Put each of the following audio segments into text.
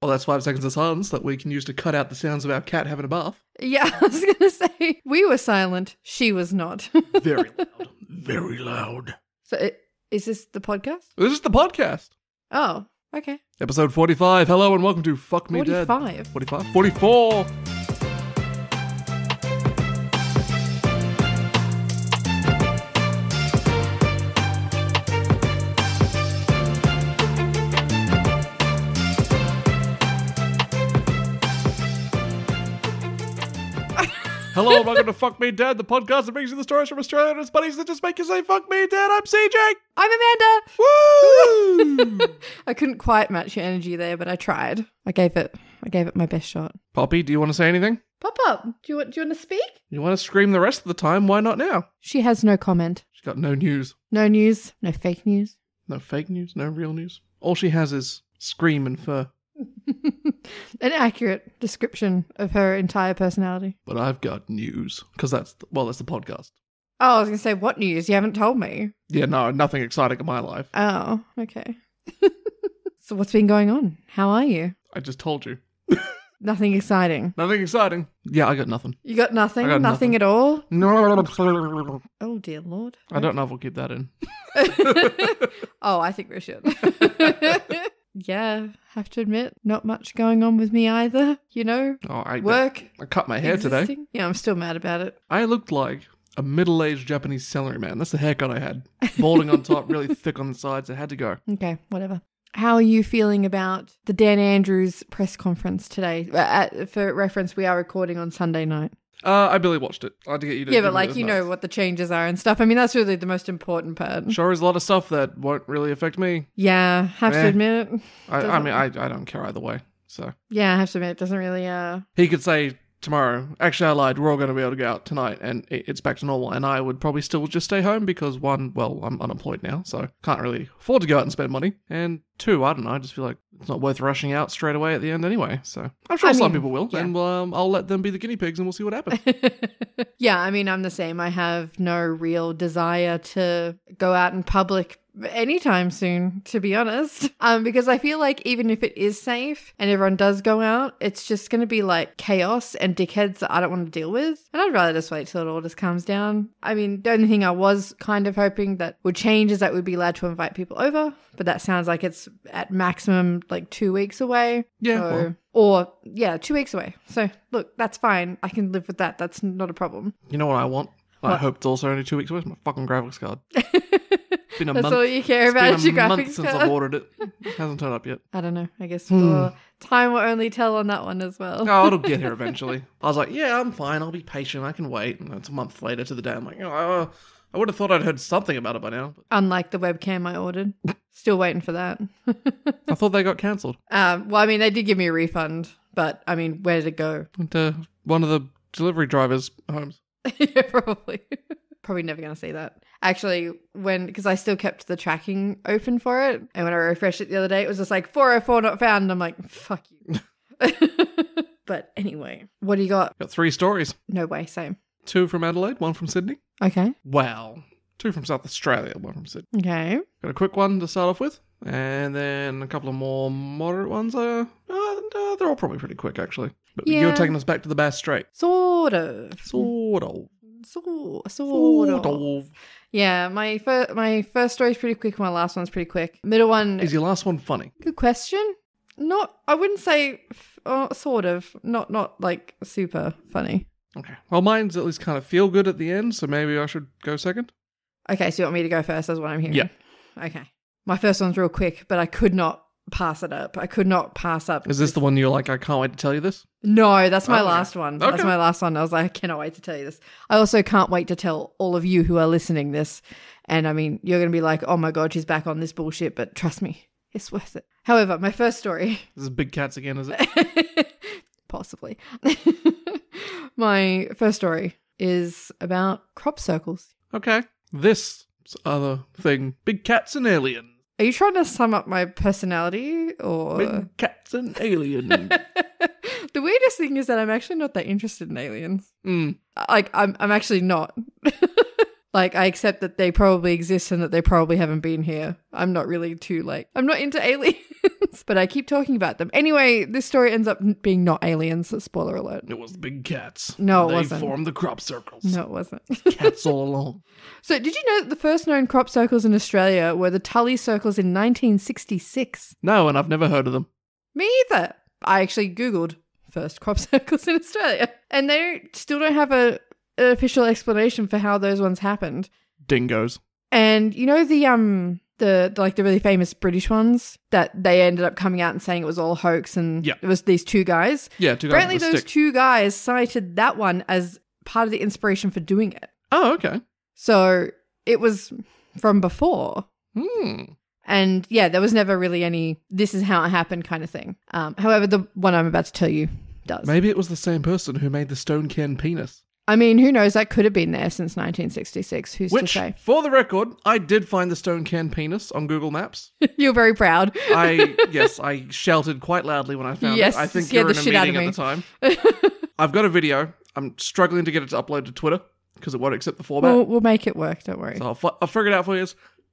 Well, that's five seconds of silence that we can use to cut out the sounds of our cat having a bath. Yeah, I was going to say, we were silent. She was not. Very loud. Very loud. so, i- is this the podcast? This is the podcast. Oh, okay. Episode 45. Hello and welcome to Fuck Me Dead. 45. 45? 44. Hello and welcome to Fuck Me Dead, the podcast that brings you the stories from Australia and its buddies that just make you say Fuck Me Dead. I'm CJ. I'm Amanda. Woo! I couldn't quite match your energy there, but I tried. I gave it. I gave it my best shot. Poppy, do you want to say anything? Pop up. Do you want? Do you want to speak? You want to scream the rest of the time? Why not now? She has no comment. She's got no news, No news. No fake news. no fake news, no real news. All she has is scream and fur. An accurate description of her entire personality. But I've got news because that's the, well, that's the podcast. Oh, I was going to say, what news? You haven't told me. Yeah, no, nothing exciting in my life. Oh, okay. so what's been going on? How are you? I just told you, Nothing exciting. nothing exciting. Yeah, I got nothing. You got nothing? I got nothing, nothing. at all? No, Oh dear lord. I don't know if we'll keep that in. oh, I think we should. yeah, have to admit, not much going on with me either. You know, Oh, I work. I cut my hair today. existing. Yeah, I'm still mad about it. I looked like a middle-aged Japanese salaryman. That's the haircut I had. Balding on top, really thick on the sides. I had to go. Okay, whatever. How are you feeling about the Dan Andrews press conference today? Uh, at- for reference, we are recording on Sunday night. Uh, I barely watched it. I had to get you to Yeah, give but me like those you notes. know what the changes are and stuff. I mean, that's really the most important part. Sure is a lot of stuff that won't really affect me. Yeah, have Eh. to admit it. I, I Doesn't- mean, I, I don't care either way. So Yeah, I have to admit it doesn't really. Uh, he could say tomorrow, actually, I lied. We're all going to be able to go out tonight, and it, it's back to normal. And I would probably still just stay home because one, well, I'm unemployed now, so can't really afford to go out and spend money. And two, I don't know. I just feel like it's not worth rushing out straight away at the end anyway. So I'm sure I some mean, people will, yeah. and um, I'll let them be the guinea pigs, and we'll see what happens. yeah, I mean, I'm the same. I have no real desire to go out in public anytime soon, to be honest. Um, because I feel like even if it is safe and everyone does go out, it's just going to be like chaos and dickheads that I don't want to deal with. And I'd rather just wait till it all just calms down. I mean, the only thing I was kind of hoping that would change is that we'd be allowed to invite people over, but that sounds like it's at maximum like two weeks away. Yeah, So- well. or yeah, two weeks away. So look, that's fine. I can live with that. That's not a problem. you know what I want? I What? hope it's also only two weeks away. It's my fucking graphics card. It's been a That's month. all you care It's been about. is a Your month graphics since card. I've ordered it. It hasn't turned up yet. I don't know. I guess Hmm. we'll- time will only tell on that one as well. oh, it'll get here eventually. I was like, yeah, I'm fine. I'll be patient. I can wait. And it's a month later to the day. I'm like, oh, I would have thought I'd heard something about it by now. Unlike the webcam I ordered, still waiting for that. I thought they got cancelled. um, well, I mean, they did give me a refund, but I mean, where did it go? Went to one of the delivery drivers' homes. yeah, probably. probably never going to see that. Actually, when, because I still kept the tracking open for it. And when I refreshed it the other day, it was just like 404 not found. I'm like, fuck you. but anyway, what do you got? Got three stories No way, same. two from Adelaide, one from Sydney. Okay. Wow. Two from South Australia, one from Sydney. Okay. Got a quick one to start off with, and then a couple of more moderate ones. Uh, uh, uh, they're all probably pretty quick, actually. But you're Yeah. taking us back to the Bass Strait. Sort of. Sort of. Sort, sort, Sort of. of. Yeah, my fir- my first story's pretty quick. My last one's pretty quick. Middle one, Is your last one funny? good question. Not, I wouldn't say, f- uh, sort of. Not, not like super funny. Okay. Well, mine's at least kind of feel good at the end, so maybe I should go second. Okay, so you want me to go first? That's what I'm hearing. Yeah. Okay. My first one's real quick, but I could not pass it up. I could not pass up. Is this the one you're like, I can't wait to tell you this? No, that's my Oh, okay. last one. Okay. That's my last one. I was like, I cannot wait to tell you this. I also can't wait to tell all of you who are listening this. And I mean, you're going to be like, oh my God, she's back on this bullshit, but trust me, it's worth it. However, my first story This is big cats again, is it? Possibly. My first story is about crop circles. okay. This other thing, big cats and aliens. Are you trying to sum up my personality or Big cats and aliens. The weirdest thing is that I'm actually not that interested in aliens. mm. Like I'm I'm actually not. like I accept that they probably exist and that they probably haven't been here. I'm not really too like I'm not into aliens. aliens, but I keep talking about them. Anyway, this story ends up n- being not aliens. Spoiler alert. It was the big cats. No, it they wasn't. formed the crop circles. No, it wasn't. Cats all along. so, did you know that the first known crop circles in Australia were the Tully circles in 1966? No, and I've never heard of them. Me either. I actually Googled first crop circles in Australia, and they don't- still don't have a, an official explanation for how those ones happened. Dingoes. And you know the um the, the like the really famous British ones that they ended up coming out and saying it was all hoax and Yeah. it was these two guys. Yeah, two guys Apparently, with a those stick. two guys cited that one as part of the inspiration for doing it. Oh, okay. So it was from before. Hmm. And yeah, there was never really any this is how it happened kind of thing. Um, however, the one I'm about to tell you does. Maybe it was the same person who made the stone can penis. I mean, who knows? That could have been there since 1966. Who's Which, to say? for the record, I did find the stone can penis on Google Maps. You're very proud. I yes, I shouted quite loudly when I found Yes, it. I think you scared were in the a shit out meeting at of the time. I've got a video. I'm struggling to get it to upload to Twitter because it won't accept the format. We'll, we'll make it work. Don't worry. So I'll, fi- I'll figure it out for you.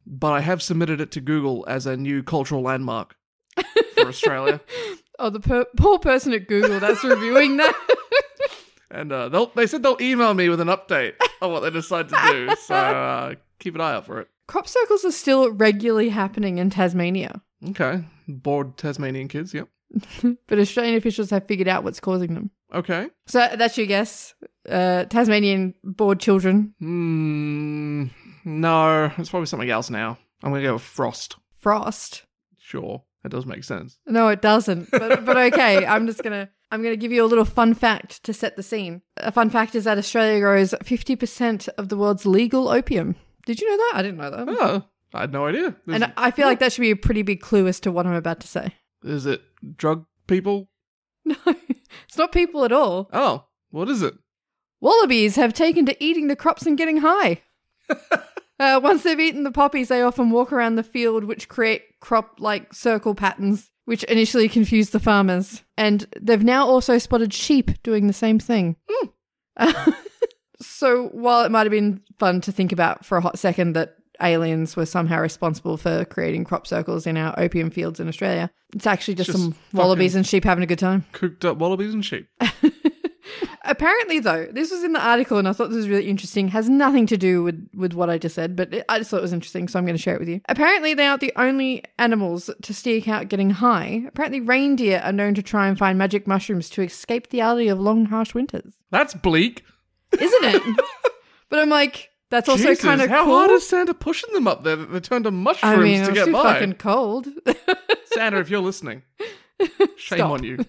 But I have submitted it to Google as a new cultural landmark for Australia, Oh, the per- poor person at Google that's reviewing that. and uh, they'll, they said they'll email me with an update on what they decide to do. So uh, keep an eye out for it. Crop circles are still regularly happening in Tasmania, Okay, bored Tasmanian kids. Yep. but Australian officials have figured out what's causing them. Okay. So that's your guess. Uh, Tasmanian bored children, Hmm. No, it's probably something else now. I'm gonna go with frost. frost. Sure, that does make sense. No, it doesn't. But, but okay, I'm just gonna I'm gonna give you a little fun fact to set the scene. A fun fact is that Australia grows 50 percent of the world's legal opium. Did you know that? I didn't know that. Oh, I had no idea. Is, And I feel like that should be a pretty big clue as to what I'm about to say. is it drug people? No, it's not people at all. Oh, what is it? Wallabies have taken to eating the crops and getting high. uh, once they've eaten the poppies, they often walk around the field, which create crop like circle patterns, which initially confuse the farmers. And they've now also spotted sheep doing the same thing. so while it might have been fun to think about for a hot second that aliens were somehow responsible for creating crop circles in our opium fields in Australia, it's actually just, Just some wallabies and sheep having a good time. Cooked up wallabies and sheep. Apparently, though, this was in the article, and I thought this was really interesting. Has nothing to do with with what I just said, but it, I just thought it was interesting, so I'm going to share it with you. Apparently, they aren't the only animals to sneak out getting high. Apparently, reindeer are known to try and find magic mushrooms to escape the alley of long, harsh winters, That's bleak. isn't it? but I'm like, that's also Jesus, kind of how cool. hard is Santa pushing them up there that they turned to mushrooms I mean, to it's get too by? fucking cold. Santa, if you're listening, shame Stop. on you.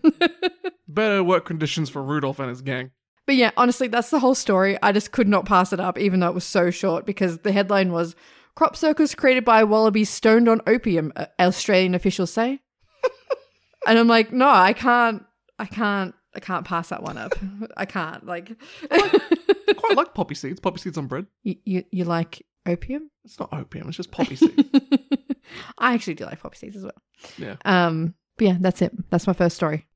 Better work conditions for Rudolph and his gang. But yeah, honestly, that's the whole story. I just could not pass it up, even though it was so short, because the headline was Crop circles created by wallabies stoned on opium, uh, Australian officials say. and I'm like, no, I can't, I can't, I can't pass that one up. I can't. Like, I quite like poppy seeds. Poppy seeds on bread. you, you, you like opium? It's not opium. It's just poppy seeds. I actually do like poppy seeds as well. Yeah. Um, but yeah, that's it. That's my first story.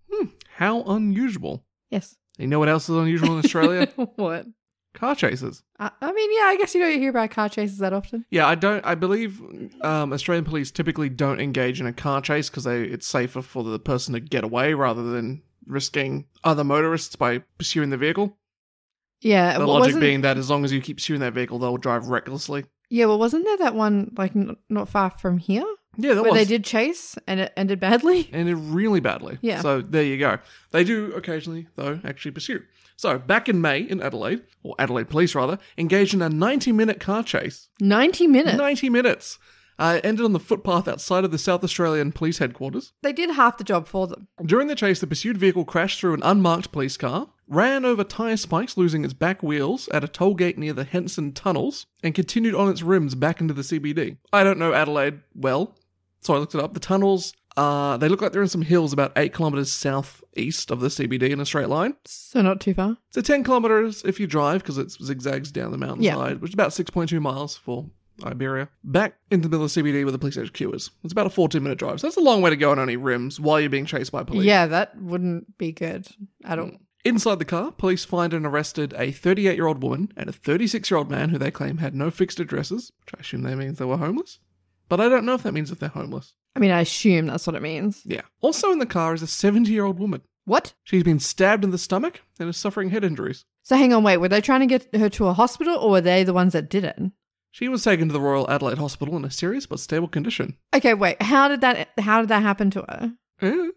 How unusual. Yes. You know what else is unusual in Australia? what? Car chases. I, I mean, yeah, I guess you don't hear about car chases that often. Yeah, I don't. I believe um, Australian police typically don't engage in a car chase because it's safer for the person to get away rather than risking other motorists by pursuing the vehicle. Yeah. The wa- logic Uh, wasn't- being that as long as you keep pursuing that vehicle, they'll drive recklessly. Yeah, well, wasn't there that one like n- not far from here Yeah, that where was. they did chase and it ended badly? and it really badly. Yeah. So there you go. They do occasionally, though, actually pursue. So back in May in Adelaide, or Adelaide police rather, engaged in a 90 minute car chase. Ninety minutes. 90 minutes. Uh, it ended on the footpath outside of the South Australian police headquarters. They did half the job for them. During the chase, the pursued vehicle crashed through an unmarked police car, ran over tyre spikes, losing its back wheels at a toll gate near the Henson Tunnels, and continued on its rims back into the CBD. I don't know Adelaide well, so I looked it up. The tunnels, uh, they look like they're in some hills about 8 kilometres southeast of the CBD in a straight line. So not too far. So 10 kilometers if you drive because it zigzags down the mountainside, which is about 6.2 miles for Iberia. Back into the middle of CBD where the police HQ is. It's about a 14 minute drive. So that's a long way to go on only rims while you're being chased by police. Yeah, that wouldn't be good at Mm. all. Inside the car, police find and arrested a 38 year old woman and a 36 year old man who they claim had no fixed addresses, which I assume they means they were homeless. But I don't know if that means if they're homeless. I mean, I assume that's what it means. Yeah. Also in the car is a 70 year old woman. What? She's been stabbed in the stomach and is suffering head injuries. So hang on, wait. Were they trying to get her to a hospital or were they the ones that did it? She was taken to the Royal Adelaide Hospital in a serious but stable condition. Okay, wait. How did that? How did that happen to her? Eh,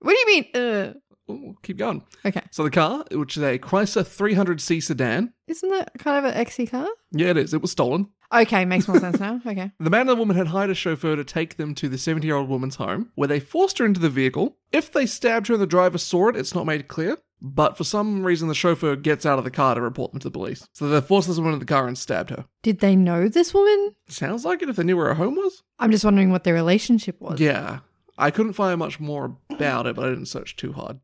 What do you mean? Uh, ooh, keep going. okay, So the car, which is a Chrysler 300C sedan, isn't that kind of an XC car? yeah, it is. It was stolen. Okay, makes more sense now. Okay. The man and the woman had hired a chauffeur to take them to the 70 year old woman's home, where they forced her into the vehicle. If they stabbed her and the driver saw it, it's not made clear. But for some reason, the chauffeur gets out of the car to report them to the police. So they forced this woman in the car and stabbed her. Did they know this woman? Sounds like it if they knew where her home was? I'm just wondering what their relationship was. Yeah. I couldn't find much more about it, but I didn't search too hard.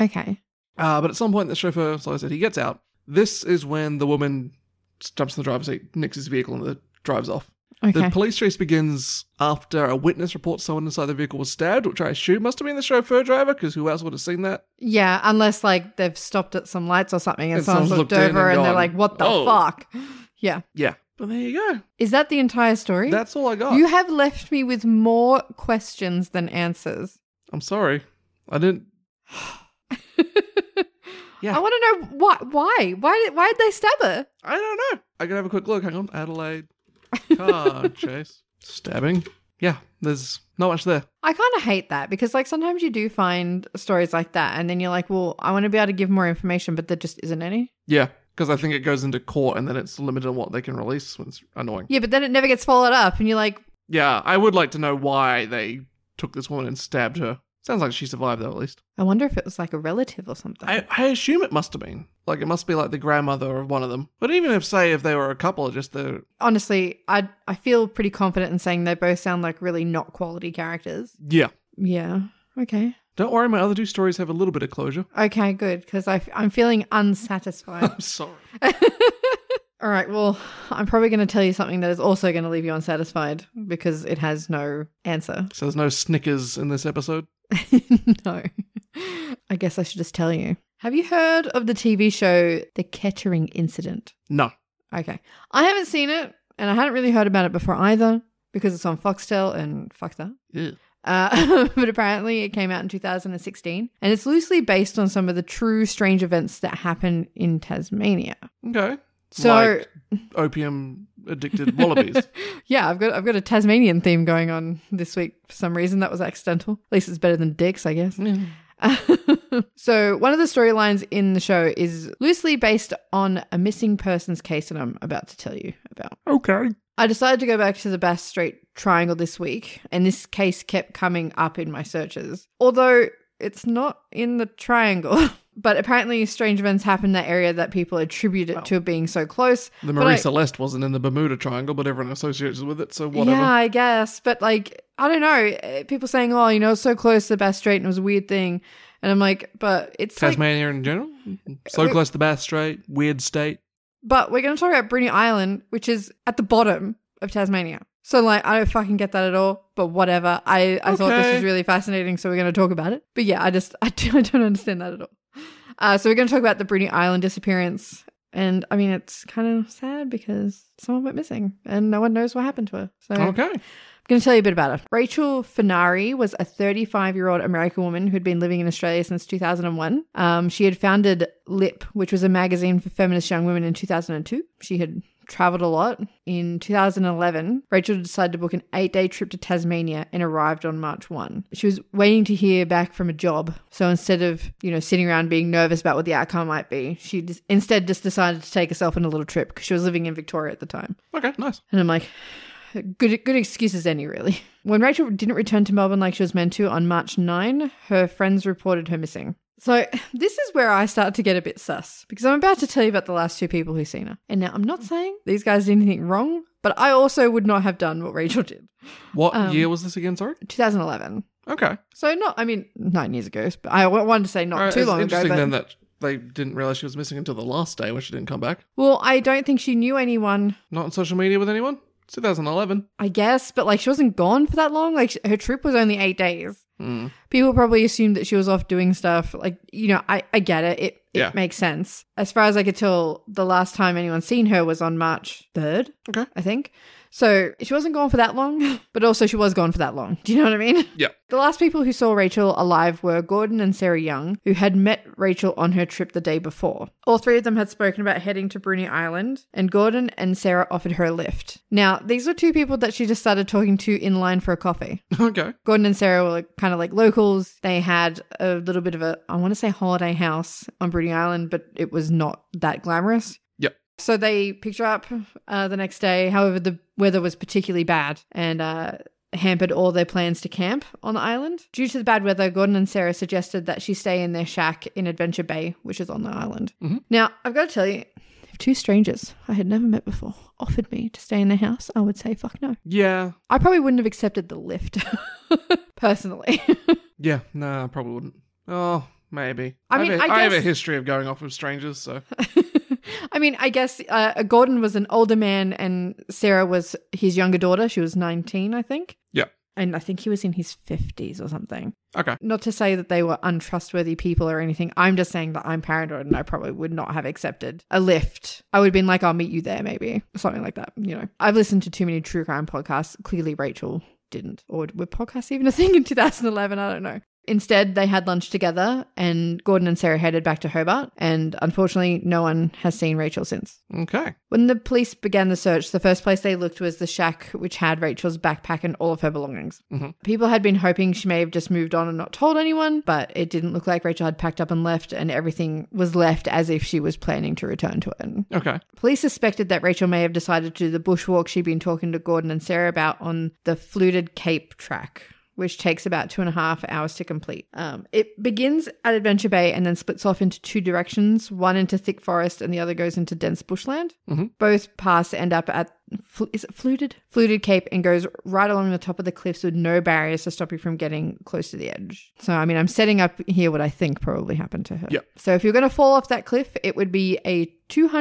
Okay. Uh, but at some point, the chauffeur, so I said, he gets out. This is when the woman jumps in the driver's seat, nicks his vehicle, and the drives off. Okay. The police chase begins after a witness reports someone inside the vehicle was stabbed, which I assume must have been the chauffeur driver, because who else would have seen that? yeah, unless like they've stopped at some lights or something and, And someone's someone's looked looked in over and and, they're gone, like, what the "Oh." fuck? Yeah. Yeah. But there you go. Is that the entire story? That's all I got. you have left me with more questions than answers. I'm sorry. I didn't. Yeah. I want to know why. Why? Why did, why did they stab her? I don't know. I can have a quick look. Hang on. Adelaide. Car chase. Stabbing. Yeah. There's not much there. I kind of hate that because, like, sometimes you do find stories like that, and then you're like, well, I want to be able to give more information, but there just isn't any. Yeah. Because I think it goes into court and then it's limited on what they can release. It's annoying. Yeah, but then it never gets followed up, and you're like, Yeah. I would like to know why they took this woman and stabbed her. Sounds like she survived, though, at least. I wonder if it was like a relative or something. I, I assume it must have been. Like, it must be like the grandmother of one of them. But even if, say, if they were a couple, just the. Honestly, I I feel pretty confident in saying they both sound like really not quality characters. Yeah. Yeah. Okay. Don't worry, my other two stories have a little bit of closure. Okay. Good, because I am feeling unsatisfied. I'm sorry. All right. Well, I'm probably going to tell you something that is also going to leave you unsatisfied because it has no answer. So there's no Snickers in this episode? no. I guess I should just tell you. Have you heard of the TV show The Kettering Incident? No. Okay. I haven't seen it and I hadn't really heard about it before either because it's on Foxtel and fuck that. Ew. Uh, but apparently, it came out in 2016, and it's loosely based on some of the true strange events that happen in Tasmania. Okay. So, Like opium addicted wallabies. yeah, I've got I've got a Tasmanian theme going on this week for some reason. That was accidental. At least it's better than dicks, I guess. Yeah. so, one of the storylines in the show is loosely based on a missing persons case that I'm about to tell you about. okay. I decided to go back to the Bass Strait Triangle this week, and this case kept coming up in my searches. Although it's not in the triangle, but apparently strange events happen in that area that people attribute it to being so close. The But Marie I- Celeste wasn't in the Bermuda Triangle, but everyone associates it with it, so whatever. Yeah, I guess. But like, I don't know. eh, People saying, oh, you know, it's so close to the Bass Strait and it was a weird thing. And I'm like, but it's like, Tasmania in general? So close to Bass Strait, weird state. but we're going to talk about Bruny Island, which is at the bottom of Tasmania. So like, I don't fucking get that at all, but whatever. I, I thought this Okay. was really fascinating. So we're going to talk about it. But yeah, I just, I, do, I don't understand that at all. Uh, so we're going to talk about the Bruny Island disappearance. And I mean, it's kind of sad because someone went missing and no one knows what happened to her. So Okay. I'm going to tell you a bit about it. Rachel Finari was a 35 year old American woman who'd been living in Australia since 2001. Um, she had founded Lip, which was a magazine for feminist young women, in 2002. She had traveled a lot. In 2011, Rachel decided to book an eight day trip to Tasmania and arrived on March 1. She was waiting to hear back from a job. So instead of, you know, sitting around being nervous about what the outcome might be, she just, instead just decided to take herself on a little trip because she was living in Victoria at the time. Okay, nice. And I'm like, good good excuse as any, really. When Rachel didn't return to Melbourne like she was meant to on March 9, her friends reported her missing. So this is where I start to get a bit sus because I'm about to tell you about the last two people who seen her. And now I'm not saying these guys did anything wrong, but I also would not have done what Rachel did. What Um, year was this again, sorry? 2011. Okay. So not, I mean, nine years ago. But I wa- wanted to say not Alright, too it's long ago. interesting But, then that they didn't realize she was missing until the last day when she didn't come back. well, I don't think she knew anyone. Not on social media with anyone? 2011. I guess, but like she wasn't gone for that long. Like her trip was only eight days. Hmm. people probably assumed that she was off doing stuff like you know i, I get it it, it Yeah. makes sense as far as i could tell the last time anyone's seen her was on march 3rd Okay. i think So she wasn't gone for that long, but also she was gone for that long. Do you know what I mean? Yeah. The last people who saw Rachel alive were Gordon and Sarah Young, who had met Rachel on her trip the day before. All three of them had spoken about heading to Bruni Island, and Gordon and Sarah offered her a lift. Now, these were two people that she just started talking to in line for a coffee. okay. Gordon and Sarah were like, kind of like locals. They had a little bit of a, I want to say holiday house on Bruny Island, but it was not that glamorous. Yep. So they picked her up uh, the next day. However, the weather was particularly bad and uh, hampered all their plans to camp on the island. Due to the bad weather, Gordon and Sarah suggested that she stay in their shack in Adventure Bay, which is on the island. Mhm. Now, I've got to tell you, if two strangers I had never met before offered me to stay in their house, I would say, fuck no. Yeah. I probably wouldn't have accepted the lift personally. Yeah. Nah, I probably wouldn't. Oh, maybe. I mean, have a- I have a guess- history of going off with strangers, so I mean, I guess uh, Gordon was an older man and Sarah was his younger daughter. She was 19, I think. Yeah. And I think he was in his 50s or something. okay. Not to say that they were untrustworthy people or anything. I'm just saying that I'm paranoid and I probably would not have accepted a lift. I would have been like, I'll meet you there, maybe. Something like that, you know. I've listened to too many true crime podcasts. Clearly, Rachel didn't. Or were podcasts even a thing in 2011? I don't know. Instead, they had lunch together and Gordon and Sarah headed back to Hobart. And unfortunately, no one has seen Rachel since. Okay. When the police began the search, the first place they looked was the shack, which had Rachel's backpack and all of her belongings. Mhm. People had been hoping she may have just moved on and not told anyone, but it didn't look like Rachel had packed up and left, and everything was left as if she was planning to return to it. Okay. Police suspected that Rachel may have decided to do the bushwalk she'd been talking to Gordon and Sarah about on the fluted Cape track, which takes about two and a half hours to complete. Um, it begins at Adventure Bay and then splits off into two directions one into thick forest and the other goes into dense bushland. Mhm. Both paths end up at fl- is it fluted? Fluted Cape and goes right along the top of the cliffs with no barriers to stop you from getting close to the edge. So, I mean, I'm setting up here what I think probably happened to her. Yep. So, if you're going to fall off that cliff, it would be a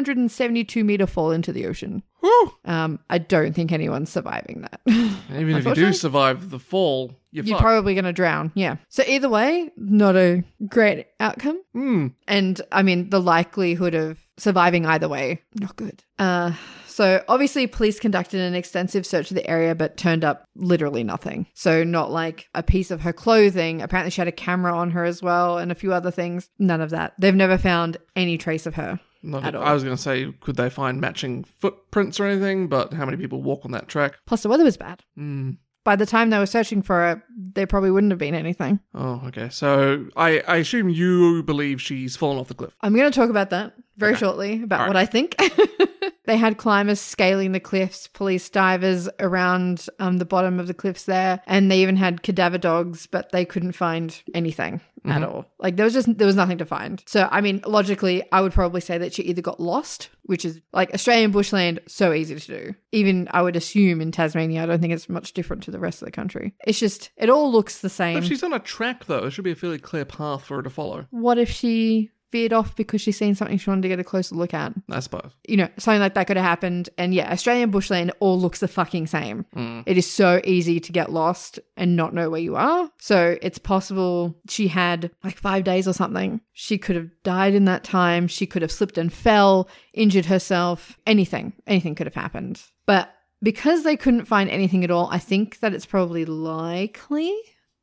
272 meter fall into the ocean. Whew. Um, I don't think anyone's surviving that. Even if you do Unfortunately- survive the fall, you're, You're fucked. probably going to drown. Yeah. So, either way, not a great outcome. Hmm. And I mean, the likelihood of surviving either way, not good. Uh, so obviously, police conducted an extensive search of the area, but turned up literally nothing. So not like a piece of her clothing. Apparently, she had a camera on her as well, and a few other things. None of that. They've never found any trace of her. Not At all. I was going to say, could they find matching footprints or anything? But how many people walk on that track? Plus, the weather was bad. Hmm. By the time they were searching for her, there probably wouldn't have been anything. Oh, okay. So I, I assume you believe she's fallen off the cliff. I'm going to talk about that very Okay. shortly about All what I think. they had climbers scaling the cliffs, police divers around um, the bottom of the cliffs there, and they even had cadaver dogs, but they couldn't find anything Mm-hmm. at all. Like there was just there was nothing to find. So I mean, logically, I would probably say that she either got lost, which is like Australian bushland, so easy to do. Even I would assume in Tasmania, I don't think it's much different to the rest of the country. It's just it all looks the same. If she's on a track, though, there should be a fairly clear path for her to follow, what if she veered off because she's seen something she wanted to get a closer look at? I suppose. you know, something like that could have happened. And yeah, Australian bushland all looks the fucking same. Mm. It is so easy to get lost and not know where you are. So it's possible she had like five days or something. She could have died in that time. She could have slipped and fell, injured herself, anything. Anything could have happened. But because they couldn't find anything at all, I think that it's probably likely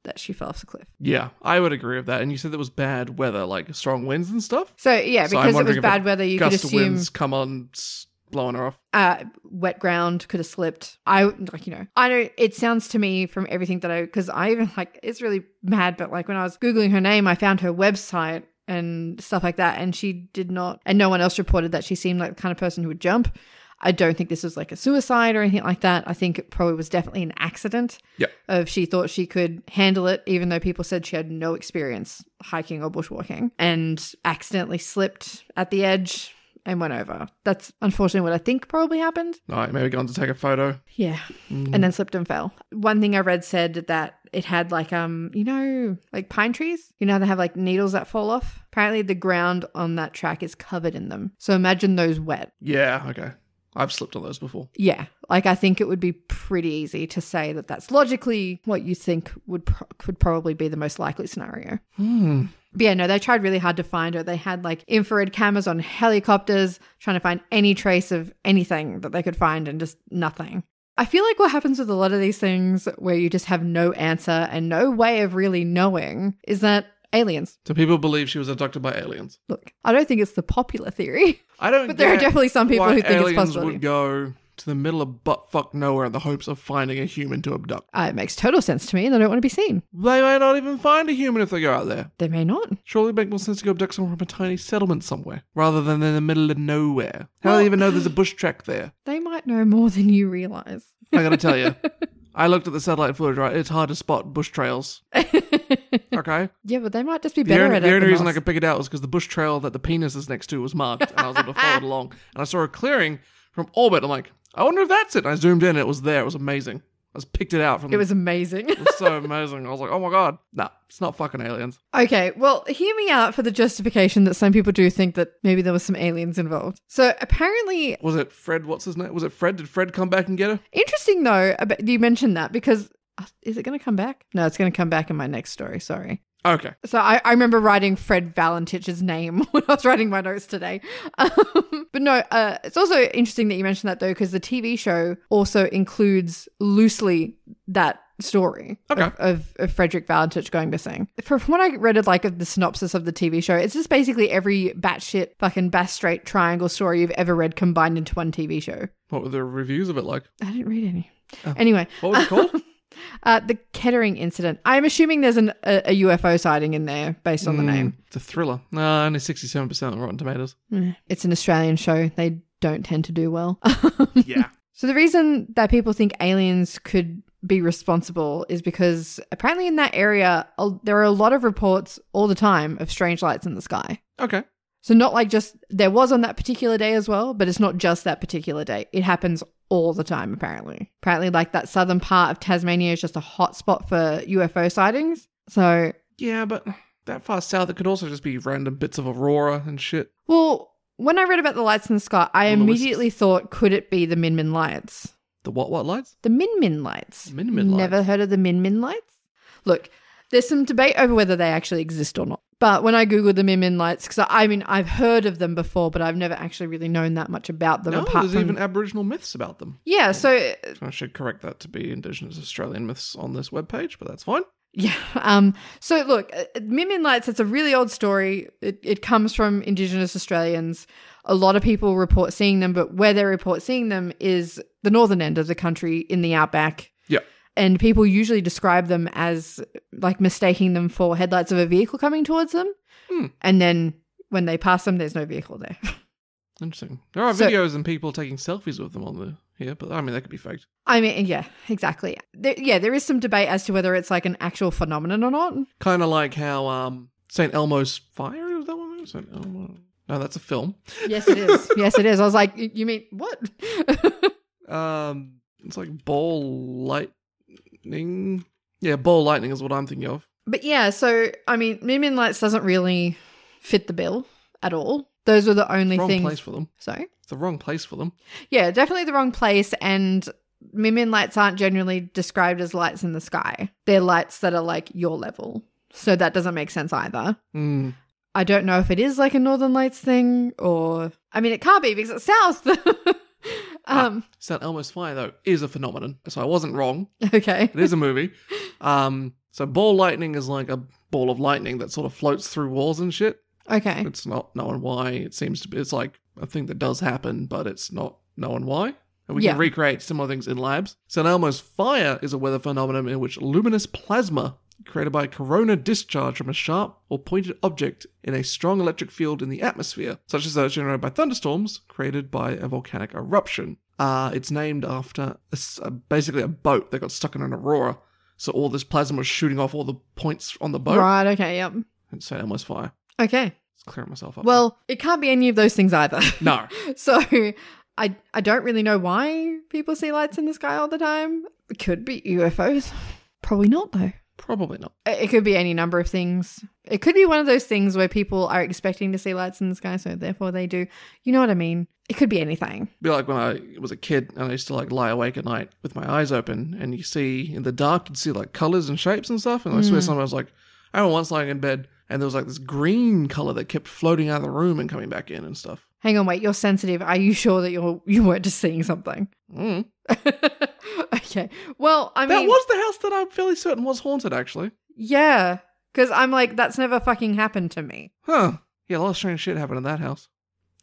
that she fell off the cliff. Yeah, I would agree with that. And you said there was bad weather, like strong winds and stuff. So yeah, So I'm because it wondering was if bad a weather, you could Gust of assume winds come on, s- blowing her off. uh, wet ground could have slipped. I like you know I know it sounds to me from everything that I because I even like it's really mad, but like when I was googling her name, I found her website and stuff like that, and she did not, and no one else reported that she seemed like the kind of person who would jump. I don't think this was like a suicide or anything like that. I think it probably was definitely an accident. Yep. Of she thought she could handle it, even though people said she had no experience hiking or bushwalking, and accidentally slipped at the edge and went over. That's unfortunately what I think probably happened. All right, maybe going to take a photo. Yeah. And then slipped and fell. One thing I read said that it had like um, you know, like pine trees. You know how they have like needles that fall off? Apparently the ground on that track is covered in them. So imagine those wet. Yeah, okay. I've slipped on those before. Yeah. Like I think it would be pretty easy to say that that's logically what you think would pro- could probably be the most likely scenario. Hmm. But yeah, no, they tried really hard to find her. They had like infrared cameras on helicopters, trying to find any trace of anything that they could find and just nothing. I feel like what happens with a lot of these things where you just have no answer and no way of really knowing is that aliens. Do people believe she was abducted by aliens? Look, I don't think it's the popular theory, I don't. but there are get definitely some people why who think it's aliens possible. would go to the middle of buttfuck nowhere in the hopes of finding a human to abduct. Uh, it makes total sense to me, and I don't want to be seen. They may not even find a human if they go out there. They may not. Surely it'd make more sense to go abduct someone from a tiny settlement somewhere rather than in the middle of nowhere. How do Well- they even know there's a bush track there? They might know more than you realize. I gotta tell you. I looked at the satellite footage, right? It's hard to spot bush trails. Okay? yeah, but they might just be The better only, at the it. only than reason I us. could pick it out was because the bush trail that the penis is next to was marked, and I was able to follow it along. And I saw a clearing from orbit. I'm like, I wonder if that's it. And I zoomed in, and it was there. It was amazing. I just picked it out from. It was amazing. it was so amazing. I was like, oh my god, nah, it's not fucking aliens. Okay, well, hear me out for the justification that some people do think that maybe there was some aliens involved. So apparently, Was it Fred? What's his name? Was it Fred? Did Fred come back and get her? interesting though, about, you mentioned that because uh, is it going to come back? No, it's going to come back in my next story. Sorry. Okay, So I, I remember writing Fred Valentich's name when I was writing my notes today. Um, but no, uh, it's also interesting that you mentioned that though, because the TV show also includes loosely that story Okay. of, of, of Frederick Valentich going missing. From, from what I read of like of the synopsis of the TV show, it's just basically every batshit fucking Bass Strait Triangle story you've ever read combined into one TV show. what were the reviews of it like? I didn't read any. Anyway, What was it called? uh, the Kettering incident. I'm assuming there's an, a, a UFO sighting in there based on the name. Hmm, It's a thriller. Nah, only sixty-seven percent on Rotten Tomatoes. Eh, It's an Australian show. They don't tend to do well. Yeah. so the reason that people think aliens could be responsible is because apparently in that area a- there are a lot of reports all the time of strange lights in the sky. Okay. So not like just there was on that particular day as well, but it's not just that particular day. It happens all the time apparently. Apparently like that southern part of Tasmania is just a hot spot for UFO sightings. So Yeah, but that far south, it could also just be random bits of aurora and shit. well, when I read about the lights in the sky, I All the wisps. immediately thought could it be the Min Min lights? The what? What lights? The Min Min lights. Min Min lights. Never heard of the Min Min lights? Look, there's some debate over whether they actually exist or not. But when I googled the Min Min lights, because I, I mean I've heard of them before, but I've never actually really known that much about them. No, apart there's from even Aboriginal myths about them. yeah, so uh, I should correct that to be Indigenous Australian myths on this webpage, but that's fine. yeah, um, so look, uh, Min Min lights. It's a really old story. It, it comes from Indigenous Australians. A lot of people report seeing them, but where they report seeing them is the northern end of the country in the outback. Yeah. and people usually describe them as like mistaking them for headlights of a vehicle coming towards them. Hmm. And then when they pass them, there's no vehicle there. Interesting. There are So- videos and people taking selfies with them on the here, but I mean that could be faked. I mean, yeah, exactly. There, yeah, there is some debate as to whether it's like an actual phenomenon or not. Kind of like how um Saint Elmo's fire is that one? Saint Elmo. No, that's a film. Yes, it is. yes, it is. I was like, "Y- you mean what? Um, it's like ball lightning. Yeah, ball lightning is what I'm thinking of. but yeah, so I mean, Moomin Lights doesn't really fit the bill at all. Those were the only wrong things. place for them. Sorry. It's the wrong place for them. Yeah, definitely the wrong place. And Mimin lights aren't generally described as lights in the sky. They're lights that are like your level. So that doesn't make sense either. Mm. I don't know if it is like a Northern Lights thing or. I mean, it can't be because it's south. um, Saint Elmo's fire though is a phenomenon, so I wasn't wrong. Okay. It is a movie. Um, so ball lightning is like a ball of lightning that sort of floats through walls and shit. Okay. It's not known why. It seems to be. It's like a thing that does happen, but it's not known why. And we Yeah. can recreate similar things in labs. San Elmo's fire is a weather phenomenon in which luminous plasma created by a corona discharge from a sharp or pointed object in a strong electric field in the atmosphere, such as those generated by thunderstorms created by a volcanic eruption. Uh, it's named after a s- a- basically a boat that got stuck in an aurora. So all this plasma was shooting off all the points on the boat. Right. Okay. Yep. And San Elmo's fire. Okay. Just clearing myself up. Well, it can't be any of those things either. no. So I, I don't really know why people see lights in the sky all the time. It could be UFOs. Probably not, though. Probably not. It it could be any number of things. It could be one of those things where people are expecting to see lights in the sky, so therefore they do. You know what I mean? It could be anything. Be like when I was a kid and I used to like lie awake at night with my eyes open, and you see in the dark, you'd see like colors and shapes and stuff. And I Mm. swear, sometimes I was like, I remember once lying in bed and there was like this green color that kept floating out of the room and coming back in and stuff. Hang on, wait, you're sensitive. Are you sure that you're you weren't just seeing something? Mm. okay. Well, I that mean was the house that I'm fairly certain was haunted, actually. Yeah. Cause I'm like, that's never fucking happened to me. Huh. Yeah, a lot of strange shit happened in that house.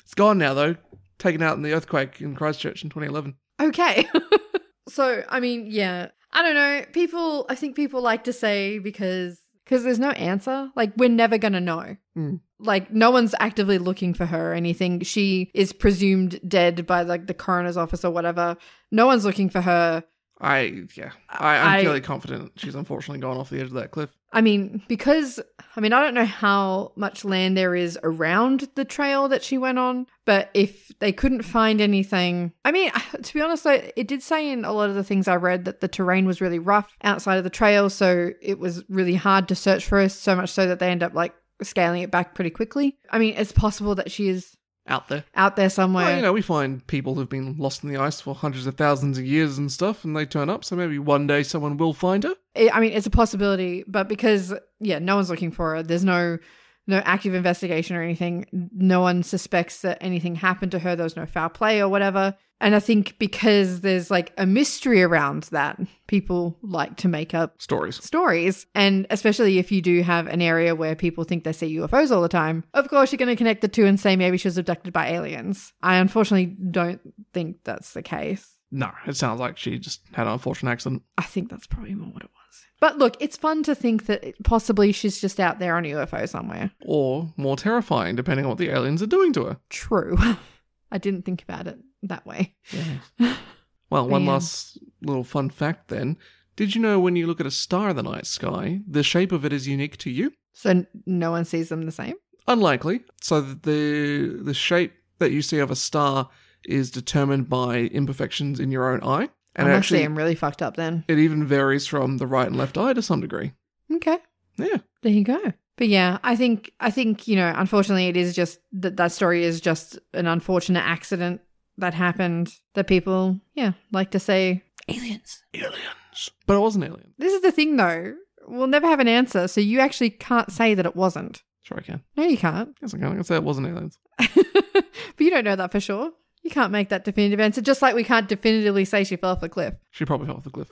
It's gone now, though. Taken out in the earthquake in Christchurch in 2011. Okay. so, I mean, yeah. I don't know. People, I think people like to say because because there's no answer. Like we're never going to know. Mm. Like no one's actively looking for her or anything. She is presumed dead by like the coroner's office or whatever. No one's looking for her. I, yeah. I, I'm I- fairly confident she's unfortunately gone off the edge of that cliff. I mean, because I mean, I don't know how much land there is around the trail that she went on, but if they couldn't find anything, I mean, to be honest though, it did say in a lot of the things I read that the terrain was really rough outside of the trail, so it was really hard to search for her, so much so that they end up like scaling it back pretty quickly. I mean, it's possible that she is Out there. out there somewhere. Well, you know, we find people who've been lost in the ice for hundreds of thousands of years and stuff, and they turn up, so maybe one day someone will find her. it, I mean, it's a possibility, but because yeah, no one's looking for her. There's no no active investigation or anything. No one suspects that anything happened to her. There was no foul play or whatever. And I think because there's like a mystery around that, people like to make up Stories. stories. And especially if you do have an area where people think they see UFOs all the time, of course you're going to connect the two and say maybe she was abducted by aliens. I unfortunately don't think that's the case. No, it sounds like she just had an unfortunate accident. I think that's probably more what it was. But look, it's fun to think that it- possibly she's just out there on a UFO somewhere. Or more terrifying, depending on what the aliens are doing to her. True. I didn't think about it that way. Well, one Yeah. last little fun fact then. Did you know when you look at a star in the night sky, the shape of it is unique to you? So n- no one sees them the same? Unlikely. So the the shape that you see of a star is determined by imperfections in your own eye, and I must actually say I'm really fucked up then. it even varies from the right and left eye to some degree. Okay. Yeah. There you go. But yeah, I think I think, you know, unfortunately it is just that that story is just an unfortunate accident that happened that people, yeah, like to say aliens. Aliens. But it wasn't aliens. This is the thing though. We'll never have an answer, so you actually can't say that it wasn't. Sure I can. No, you can't. Yes, I can. I can say it wasn't aliens. but you don't know that for sure. You can't make that definitive answer, just like we can't definitively say she fell off the cliff. She probably fell off the cliff.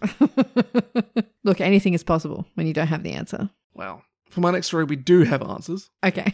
Look, anything is possible when you don't have the answer. well, for my next story, we do have answers, Okay.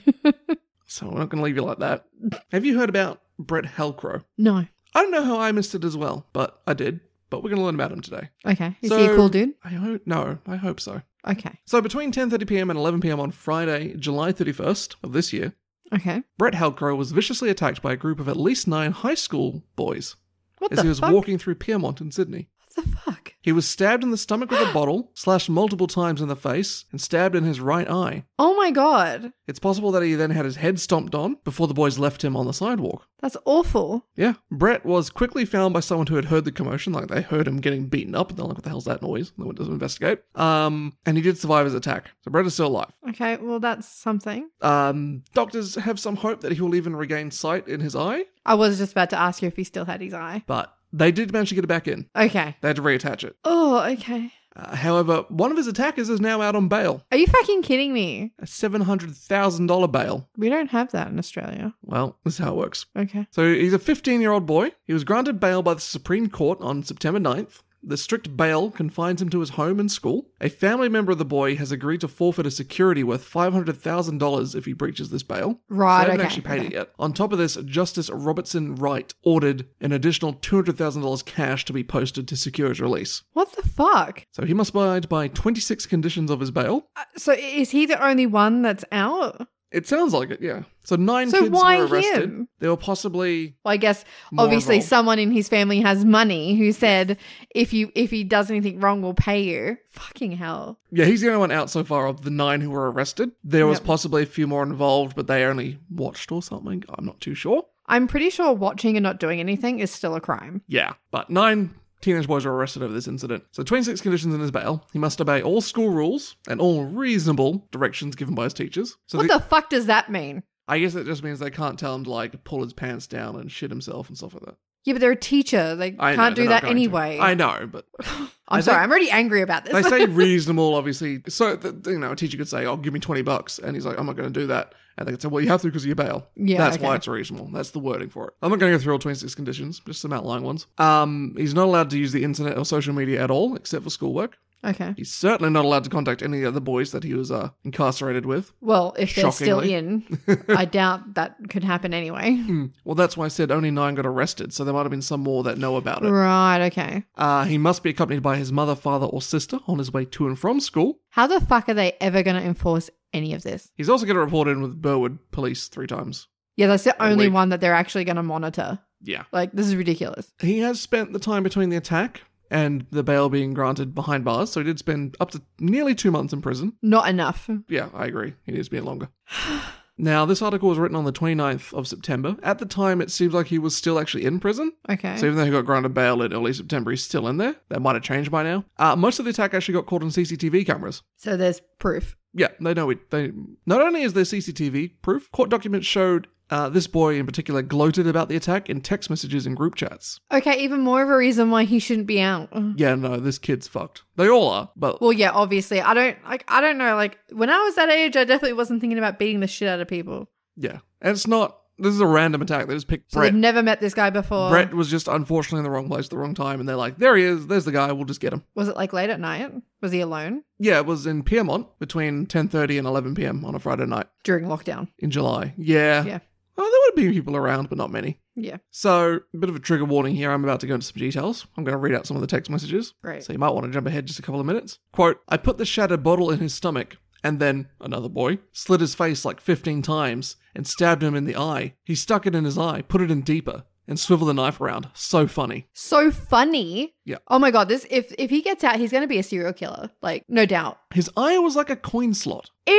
so we're not going to leave you like that. Have you heard about Brett Halcrow? no. I don't know how I missed it as well, but I did. But we're going to learn about him today. Okay. Is he So- a cool dude? I hope no. I hope so. Okay. So between 10:30 p.m. and 11 p.m. on Friday, July 31st of this year, Okay. Brett Halcrow was viciously attacked by a group of at least nine high school boys What as the he was fuck? walking through Piermont in Sydney. what the fuck? He was stabbed in the stomach with a bottle, slashed multiple times in the face, and stabbed in his right eye. Oh my god. It's possible that he then had his head stomped on before the boys left him on the sidewalk. That's awful. Yeah. Brett was quickly found by someone who had heard the commotion, like they heard him getting beaten up, and they're like, what the hell's that noise? And they went to investigate. Um, and he did survive his attack. So Brett is still alive. Okay. Well, that's something. Um, doctors have some hope that he will even regain sight in his eye, I was just about to ask you if he still had his eye. but they did manage to get it back in. Okay. They had to reattach it. Oh, okay. Uh, however, one of his attackers is now out on bail. Are you fucking kidding me? A $700,000 bail. We don't have that in Australia. Well, this is how it works. Okay. So he's a 15 year old boy. He was granted bail by the Supreme Court on September 9th. The strict bail confines him to his home and school. A family member of the boy has agreed to forfeit a security worth $500,000 if he breaches this bail. Right. so they haven't okay. actually paid it okay. yet. On top of this, Justice Robertson Wright ordered an additional $200,000 cash to be posted to secure his release. What the fuck? So he must abide by 26 conditions of his bail. Uh, So i- is he the only one that's out? It sounds like it, yeah. So nine So kids why were arrested. him? They were possibly Well, I guess more obviously involved. someone in his family has money who said if you if he does anything wrong, we'll pay you. Fucking hell. Yeah, he's the only one out so far of the nine who were arrested. There was Yep. possibly a few more involved, but they only watched or something. I'm not too sure. I'm pretty sure watching and not doing anything is still a crime. Yeah, but nine teenage boys were arrested over this incident. So 26 conditions in his bail. He must obey all school rules and all reasonable directions given by his teachers. So what the- the fuck does that mean? I guess that just means they can't tell him to like pull his pants down and shit himself and stuff like that. Yeah, but they're a teacher. They I know can't they're do not that going to. anyway. I I, know, but am I sorry. think- I'm already angry about this. they say reasonable, obviously. So that, you know, a teacher could say, "Oh, give me twenty bucks," and he's like, "I'm not going to do that." And they could say, "Well, you have to because of your bail." Yeah, that's okay. why it's reasonable. That's the wording for it. I'm not going to go through all 26 conditions, just some outlying ones. Um, he's not allowed to use the internet or social media at all, except for schoolwork. okay. He's certainly not allowed to contact any other boys that he was uh, incarcerated with. Well, if they're still Shockingly. in, I doubt that could happen anyway. Hmm. Well, that's why I said only nine got arrested, so there might have been some more that know about it. Right. Okay. Uh, he must be accompanied by his mother, father, or sister on his way to and from school. How the fuck are they ever going to enforce any of this? He's also going to report in with Burwood police three times. Yeah, that's the A only week. one that they're actually going to monitor. Yeah. Like, this is ridiculous. He has spent the time between the attack and the bail being granted behind bars, so he did spend up to nearly two months in prison. Not enough. Yeah, I agree. He needs to be longer. now, this article was written on the 29th of September. At the time, it seems like he was still actually in prison. Okay. So even though he got granted bail in early September, he's still in there. That might have changed by now. Uh, most of the attack actually got caught on CCTV cameras. so there's proof. Yeah, they know it. They not only is there CCTV proof, court documents showed uh, this boy in particular gloated about the attack in text messages and group chats. Okay, even more of a reason why he shouldn't be out. Yeah, no, this kid's fucked. They all are, but Well, yeah, obviously. I don't like I don't know, like when I was that age, I definitely wasn't thinking about beating the shit out of people. yeah, and it's not. This is a random attack. They just picked So Brett. they've never met this guy before. Brett was just unfortunately in the wrong place at the wrong time, and they're like, "There he is. There's the guy. We'll just get him." Was it like late at night? Was he alone Yeah, it was in Piermont between 10:30 and 11 p.m. on a Friday night during lockdown? in July. Yeah. Yeah. Oh, there would have been people around, but not many. Yeah, So, a bit of a trigger warning here. I'm about to go into some details. I'm going to read out some of the text messages. great. So you might want to jump ahead just a couple of minutes. Quote, I put the shattered bottle in his stomach, and then another boy slit his face like 15 times and stabbed him in the eye. He stuck it in his eye, put it in deeper, and swiveled the knife around. So funny. so funny. Yeah. Oh my god, this if if he gets out, he's going to be a serial killer, like no doubt. His eye was like a coin slot. Ew.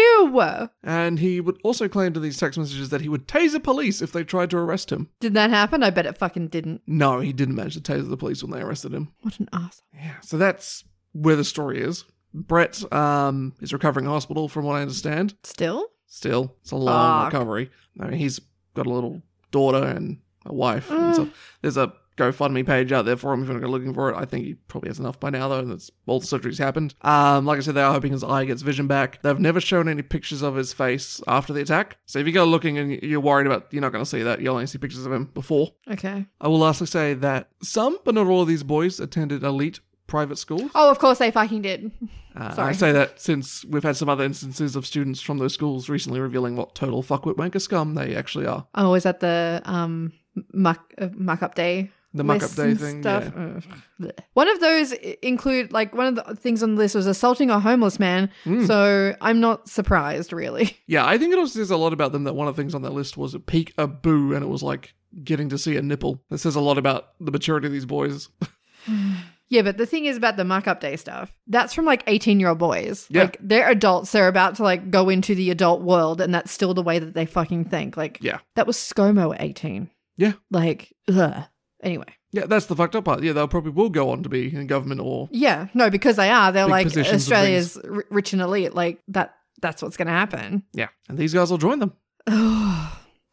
And he would also claim to these text messages that he would taser police if they tried to arrest him. Did that happen? I bet it fucking didn't. No, he didn't manage to taser the police when they arrested him. What an ass. Yeah, so that's where the story is. Brett um, is recovering in hospital, from what I understand. Still? still. It's a long Fuck. recovery. I mean, he's got a little daughter and a wife and Mm. stuff. There's a GoFundMe page out there for him if you want to go looking for it. I think he probably has enough by now, though, and that's all the surgery's happened. Um, like I said, they are hoping his eye gets vision back. They've never shown any pictures of his face after the attack. So if you go looking and you're worried about, you're not going to see that. You'll only see pictures of him before. Okay. I will lastly say that some, but not all of these boys attended elite private schools. Oh, of course they fucking did. Uh, I Sorry. say that since we've had some other instances of students from those schools recently revealing what total fuckwit wanker scum they actually are. Oh, is that the um muck uh, muck up day? The muck up lists day and thing. yeah. Ugh. Blech. One of those i- include like one of the things on the list was assaulting a homeless man. Mm. So I'm not surprised really. Yeah, I think it also says a lot about them that one of the things on that list was a peek a boo and it was like getting to see a nipple. That says a lot about the maturity of these boys. Yeah, but the thing is about the muck up day stuff. That's from like 18 year old boys. Yeah. Like they're adults. They're about to like go into the adult world and that's still the way that they fucking think. Like Yeah. that was ScoMo at 18. Yeah. Like, ugh. Anyway. Yeah, that's the fucked up part. Yeah, they probably will go on to be in government or Yeah, no, because they are. They're Big like positions and Australia's r- rich and elite. Like that. That's what's going to happen. yeah, and these guys will join them.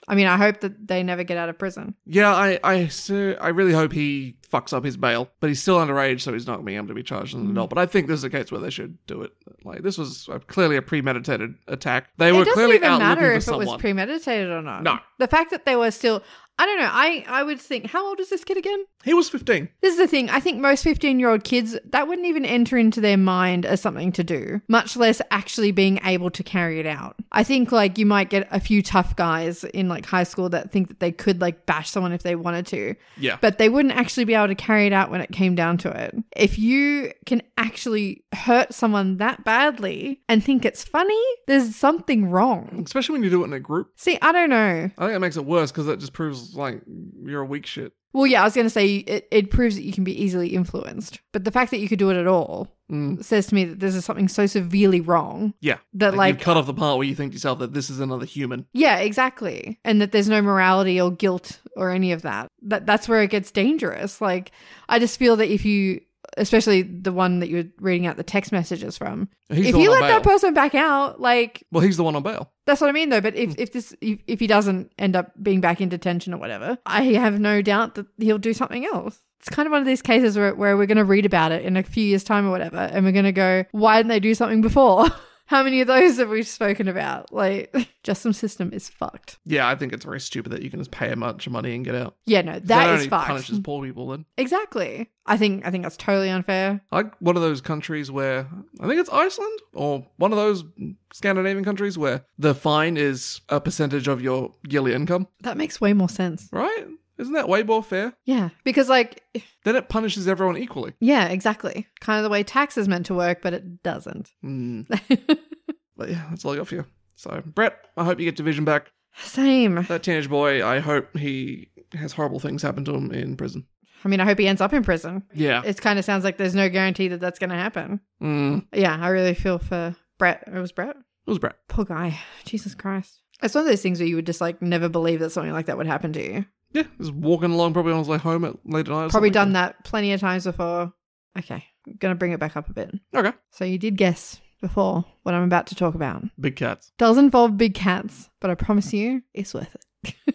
I mean, I hope that they never get out of prison. Yeah, I I so I really hope he fucks up his bail, but he's still underage, so he's not being able to be charged as an Mm. adult. But I think this is a case where they should do it. Like this was a, clearly a premeditated attack. They it were doesn't clearly even out matter looking if for it was someone. premeditated or not. No. the fact that they were still. I don't know. I I would think. How old is this kid again? he was fifteen. This is the thing. I think most 15 year old kids, that wouldn't even enter into their mind as something to do, much less actually being able to carry it out. I think like you might get a few tough guys in like high school that think that they could like bash someone if they wanted to, Yeah, but they wouldn't actually be able to carry it out when it came down to it. If you can actually hurt someone that badly and think it's funny, there's something wrong. especially when you do it in a group. See, I don't know. I think it makes it worse because that just proves like you're a weak shit. Well, yeah, I was going to say it, it proves that you can be easily influenced, but the fact that you could do it at all Mm. says to me that this is something so severely wrong Yeah, that you like cut off the part where you think to yourself that this is another human. yeah exactly and that there's no morality or guilt or any of that that that's where it gets dangerous like i just feel that if you especially the one that you're reading out the text messages from. He's if the you one let on that bail. person back out, like well, he's the one on bail. that's what I mean though. But if, if this if, if he doesn't end up being back in detention or whatever, I have no doubt that he'll do something else. It's kind of one of these cases where, where we're going to read about it in a few years' time or whatever, and we're going to go, why didn't they do something before? How many of those have we spoken about? Like, just some system is fucked. Yeah, I think it's very stupid that you can just pay a bunch of money and get out. Yeah, no, that that is only fucked. punishes poor people then. Exactly. I think I think that's totally unfair. like one of those countries where I think it's Iceland or one of those Scandinavian countries where the fine is a percentage of your yearly income, That makes way more sense. right? Isn't that way more fair? Yeah, because like Then it punishes everyone equally. yeah, exactly. Kind of the way tax is meant to work, but it doesn't. Hmm. But yeah, that's all I got for you. So, Brett, I hope you get division back. Same. That teenage boy, I hope he has horrible things happen to him in prison. I mean, I hope he ends up in prison. Yeah. It kind of sounds like there's no guarantee that that's going to happen. Mm. It Yeah, I really feel for Brett. It was Brett. was Brett. Poor guy. Jesus Christ. It's one of those things where you would just like never believe that something like that would happen to you. Yeah, just walking along probably on his way home at late at night. or Probably something. done that plenty of times before. Okay, going to bring it back up a bit. Okay. So you did guess before what I'm about to talk about. Big cats. Does involve big cats, but I promise you, it's worth it.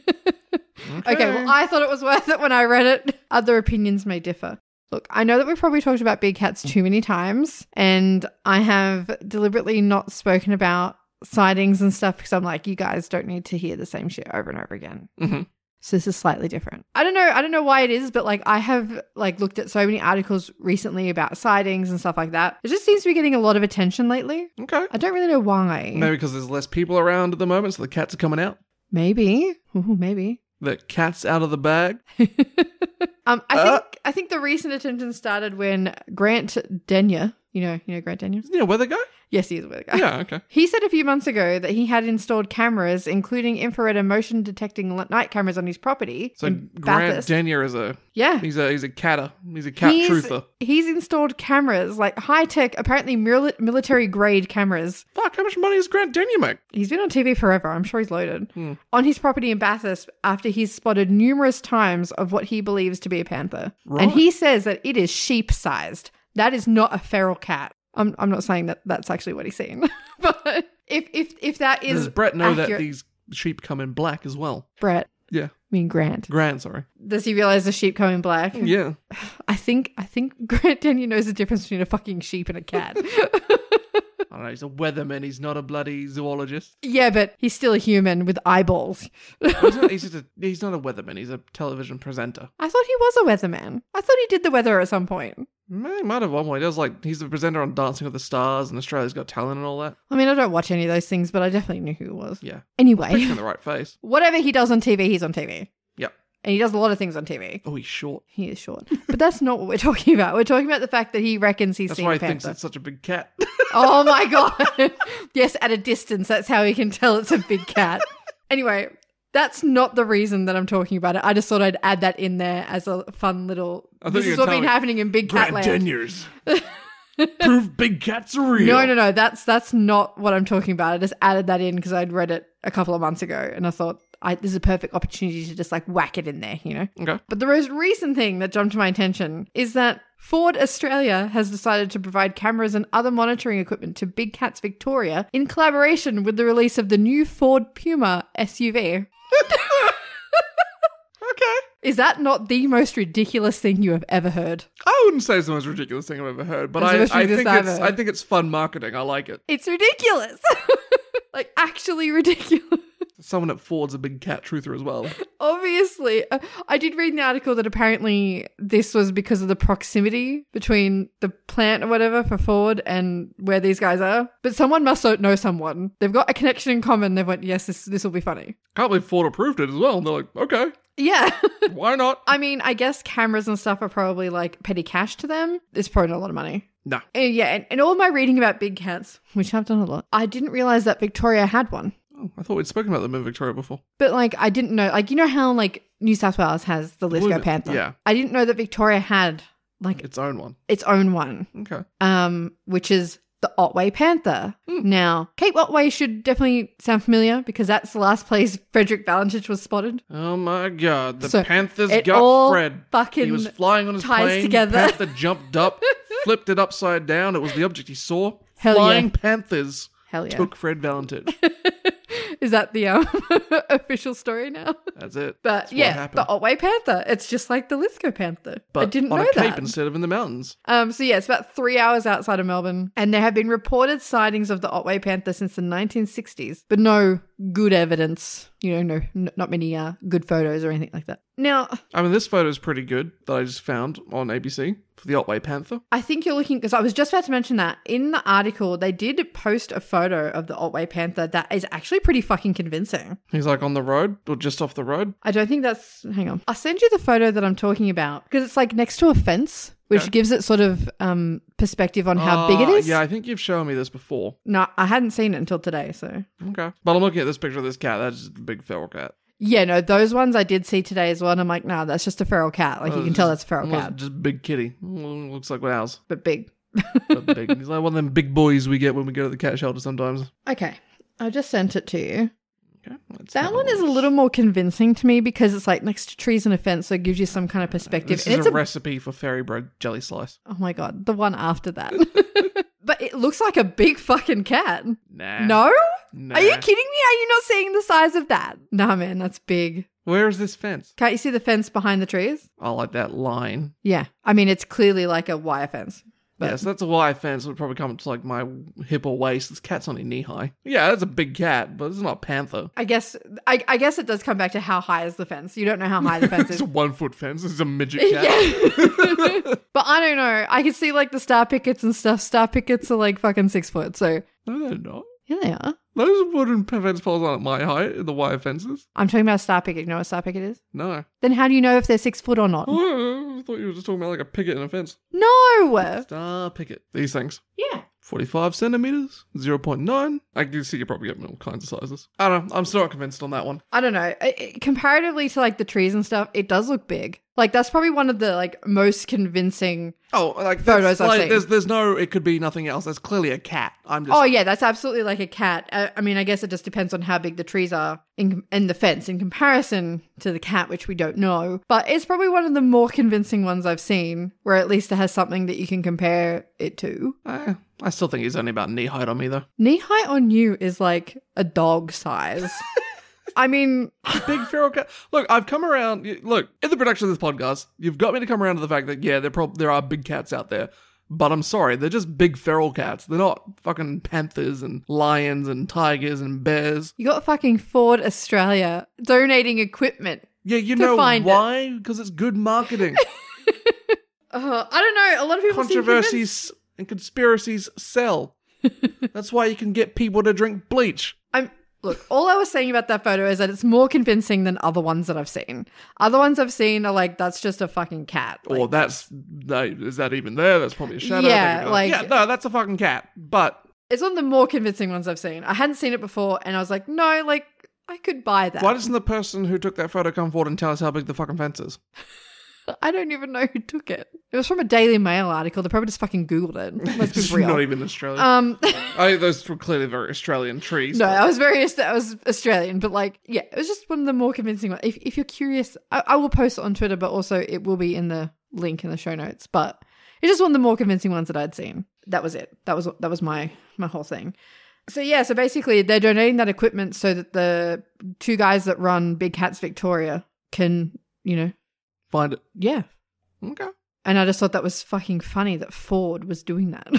okay. Hmm. well, I thought it was worth it when I read it. Other opinions may differ. Look, I know that we've probably talked about big cats too many times, and I have deliberately not spoken about sightings and stuff because I'm like, you guys don't need to hear the same shit over and over again. Mhm. So this is slightly different. I don't know. I don't know why it is, but like I have like looked at so many articles recently about sightings and stuff like that. It just seems to be getting a lot of attention lately. Okay. I don't really know why. Maybe because there's less people around at the moment, so the cats are coming out. Maybe. Ooh, maybe. The cat's out of the bag. um, I Uh. think I think the recent attention started when Grant Denyer, you know, you know Grant Denyer. Isn't he a weather guy? Yes, he is with guy. Yeah, okay. He said a few months ago that he had installed cameras, including infrared and motion detecting li- night cameras, on his property. So in Grant Bathurst. Denier is a yeah, he's a he's a catter. He's a cat He's- truther. he's installed cameras, like high tech, apparently mil- military grade cameras. Fuck, how much money does Grant Denier make? He's been on TV forever. I'm sure he's loaded Hmm. on his property in Bathurst after he's spotted numerous times of what he believes to be a panther. Right. And he says that it is sheep sized. That is not a feral cat. I'm, I'm not saying that that's actually what he's seen, but if, if, if that is Does Brett know that accurate- these sheep come in black as well? Brett, Yeah. I mean Grant, Grant, sorry. does he realize the sheep come in black? Yeah. I think I think Grant Daniel knows the difference between a fucking sheep and a cat. I don't know, he's a weatherman, he's not a bloody zoologist. yeah, but he's still a human with eyeballs. He's not, he's just a he's not a weatherman, he's a television presenter. I thought he was a weatherman. I thought he did the weather at some point. Mm, He might have one way. He does like he's the presenter on Dancing with the Stars and Australia's Got Talent and all that. I mean, I don't watch any of those things, but I definitely knew who it was. Yeah. Picking Anyway, the right face. whatever he does on TV, he's on TV. Yep. And he does a lot of things on TV. Oh, he's short. He is short. But that's not what we're talking about. We're talking about the fact that he reckons he's That's seen why he a thinks panther. it's such a big cat. oh my god. yes, at a distance, that's how he can tell it's a big cat. anyway, that's not the reason that I'm talking about it. I just thought I'd add that in there as a fun little I thought This you is were what's been telling- happening in Big Cat Grant Land. Deniers. Prove big cats are real. No, no, no. That's that's not what I'm talking about. I just added that in because I'd read it a couple of months ago, and I thought I, this is a perfect opportunity to just like whack it in there, you know. Okay. But the most recent thing that jumped to my attention is that Ford Australia has decided to provide cameras and other monitoring equipment to Big Cats Victoria in collaboration with the release of the new Ford Puma SUV. Okay. Is that not the most ridiculous thing you have ever heard? I wouldn't say it's the most ridiculous thing I've ever heard, but It's the I, most I think ridiculous I've it's heard. I think it's fun marketing. I like it. It's ridiculous. like actually ridiculous. Someone at Ford's a big cat truther as well. Obviously, Uh, I did read in the article that apparently this was because of the proximity between the plant or whatever for Ford and where these guys are. But someone must know someone. They've got a connection in common. They've went, yes, this this will be funny. Can't believe Ford approved it as well. And they're like, okay, Yeah, why not? I mean, I guess cameras and stuff are probably like petty cash to them. It's probably not a lot of money. No. Uh, yeah, and, and all my reading about big cats, which I've done a lot, I didn't realize that Victoria had one. Oh, I thought we'd spoken about them in Victoria before. But like, I didn't know. Like, you know how like New South Wales has the Let's Blue- Go Panther. yeah. I didn't know that Victoria had like Its own one. its own one, Okay. um, which is the Otway Panther. Hmm. Now, Cape Otway should definitely sound familiar because that's the last place Frederick Valentich was spotted. Oh my god, the So, Panthers it got all Fred. fucking he was flying on his ties plane. together. Panther jumped up, flipped it upside down. It was the object he saw. Hell yeah. flying Panthers Hell yeah. took Fred Valentich. Is that the um, official story now? That's it. But That's what yeah, happened. the Otway Panther. It's just like the Lithgow Panther. but I didn't on know a cape that. instead of in the mountains. Um, so yeah, it's about three hours outside of Melbourne, and there have been reported sightings of the Otway Panther since the 1960s, but no good evidence. You know, no, n- not many uh, good photos or anything like that. Now, I mean, this photo is pretty good that I just found on ABC for the Otway Panther. I think you're looking because I was just about to mention that in the article they did post a photo of the Otway Panther that is actually pretty fucking convincing. He's like on the road or just off the road. I don't think that's. Hang on, I'll send you the photo that I'm talking about because it's like next to a fence, which Okay. gives it sort of um perspective on how big it Ah, is. Yeah, I think you've shown me this before. No, I hadn't seen it until today, so Okay. But I'm looking at this picture of this cat. That's just a big feral cat. Yeah, no, those ones I did see today as well. And I'm like, nah, that's just a feral cat. Like, you Uh, can tell that's a feral Almost cat, Just a big kitty. Mm, Looks like ours. but big. But big. He's like one of them big boys we get when we go to the cat shelter sometimes. Okay. I just sent it to you. Okay. let's have That a one look. is a little more convincing to me because it's like next to trees and a fence, so it gives you some kind of perspective. This And is it's a, a- recipe for fairy bread jelly slice. oh my god, the one after that. but it looks like a big fucking cat. Nah. No? Nah. Are you kidding me? Are you not seeing the size of that? Nah, man, that's big. Where is this fence? Can't you see the fence behind the trees? Oh, like that line. Yeah. I mean, it's clearly like a wire fence. But yeah, so that's a wire fence. It would probably come up to like my hip or waist. This cat's only knee high. Yeah, that's a big cat, but it's not a panther. I guess I, I guess it does come back to how high is the fence. You don't know how high the It's fence is. a one foot fence. It's a midget cat. yeah. but I don't know. I can see like the star pickets and stuff. Star pickets are like fucking six foot. So No, they're not. yeah, they are. Those wooden p- fence poles aren't my height, the wire fences. I'm talking about a star picket. You know what a star picket is? No. Then how do you know if they're six foot or not? Oh, I thought you were just talking about like a picket and a fence. No. Star picket. These things. Yeah. 45 centimeters, 0.9. I can see you probably getting all kinds of sizes. I don't know. I'm still not convinced on that one. I don't know. I- I- comparatively to like the trees and stuff, it does look big. Like that's probably one of the like most convincing. Oh, like Photos that's- I've like, seen. There's, there's no. It could be nothing else. That's clearly a cat. I'm just. Oh yeah, that's absolutely like a cat. Uh, I, I mean, I guess it just depends on how big the trees are in, and the fence in comparison to the cat, which we don't know. But it's probably one of the more convincing ones I've seen, where at least it has something that you can compare it to. Eh, I still think he's only about knee height on me though. Knee height on you is like a dog size. I mean, Big feral cat. Look, I've come around. y- Look, in the production of this podcast, you've got me to come around to the fact that yeah, there prob- there are big cats out there. But I'm sorry, they're just big feral cats. They're not fucking panthers and lions and tigers and bears. you got fucking Ford Australia donating equipment. Yeah, you To know find it. why? Because it's good marketing. Uh, I don't know. A lot of people seem convinced. Controversies and conspiracies sell. That's why you can get people to drink bleach. I'm look, all I was saying about that photo is that it's more convincing than other ones that I've seen. Other ones I've seen are like, that's just a fucking cat. Like, Or that's no, is that even there? That's probably a shadow. Yeah, Thank you. like- yeah, no, that's a fucking cat. But it's one of the more convincing ones I've seen. I hadn't seen it before and I was like, no, like I could buy that. why doesn't the person who took that photo come forward and tell us how big the fucking fence is? I don't even know who took it. It was from a Daily Mail article. They probably just fucking Googled it. Let's It's be real. not even Australian. um I think those were clearly very Australian trees. No, but- I was very I was Australian, but like, yeah, it was just one of the more convincing ones. If, if you're curious, I, I will post it on Twitter, but also it will be in the link in the show notes. But it's just one of the more convincing ones that I'd seen. That was it. That was that was my my whole thing. So yeah, so basically they're donating that equipment so that the two guys that run Big Cats Victoria can, you know, find it. yeah. Okay. And I just thought that was fucking funny that Ford was doing that.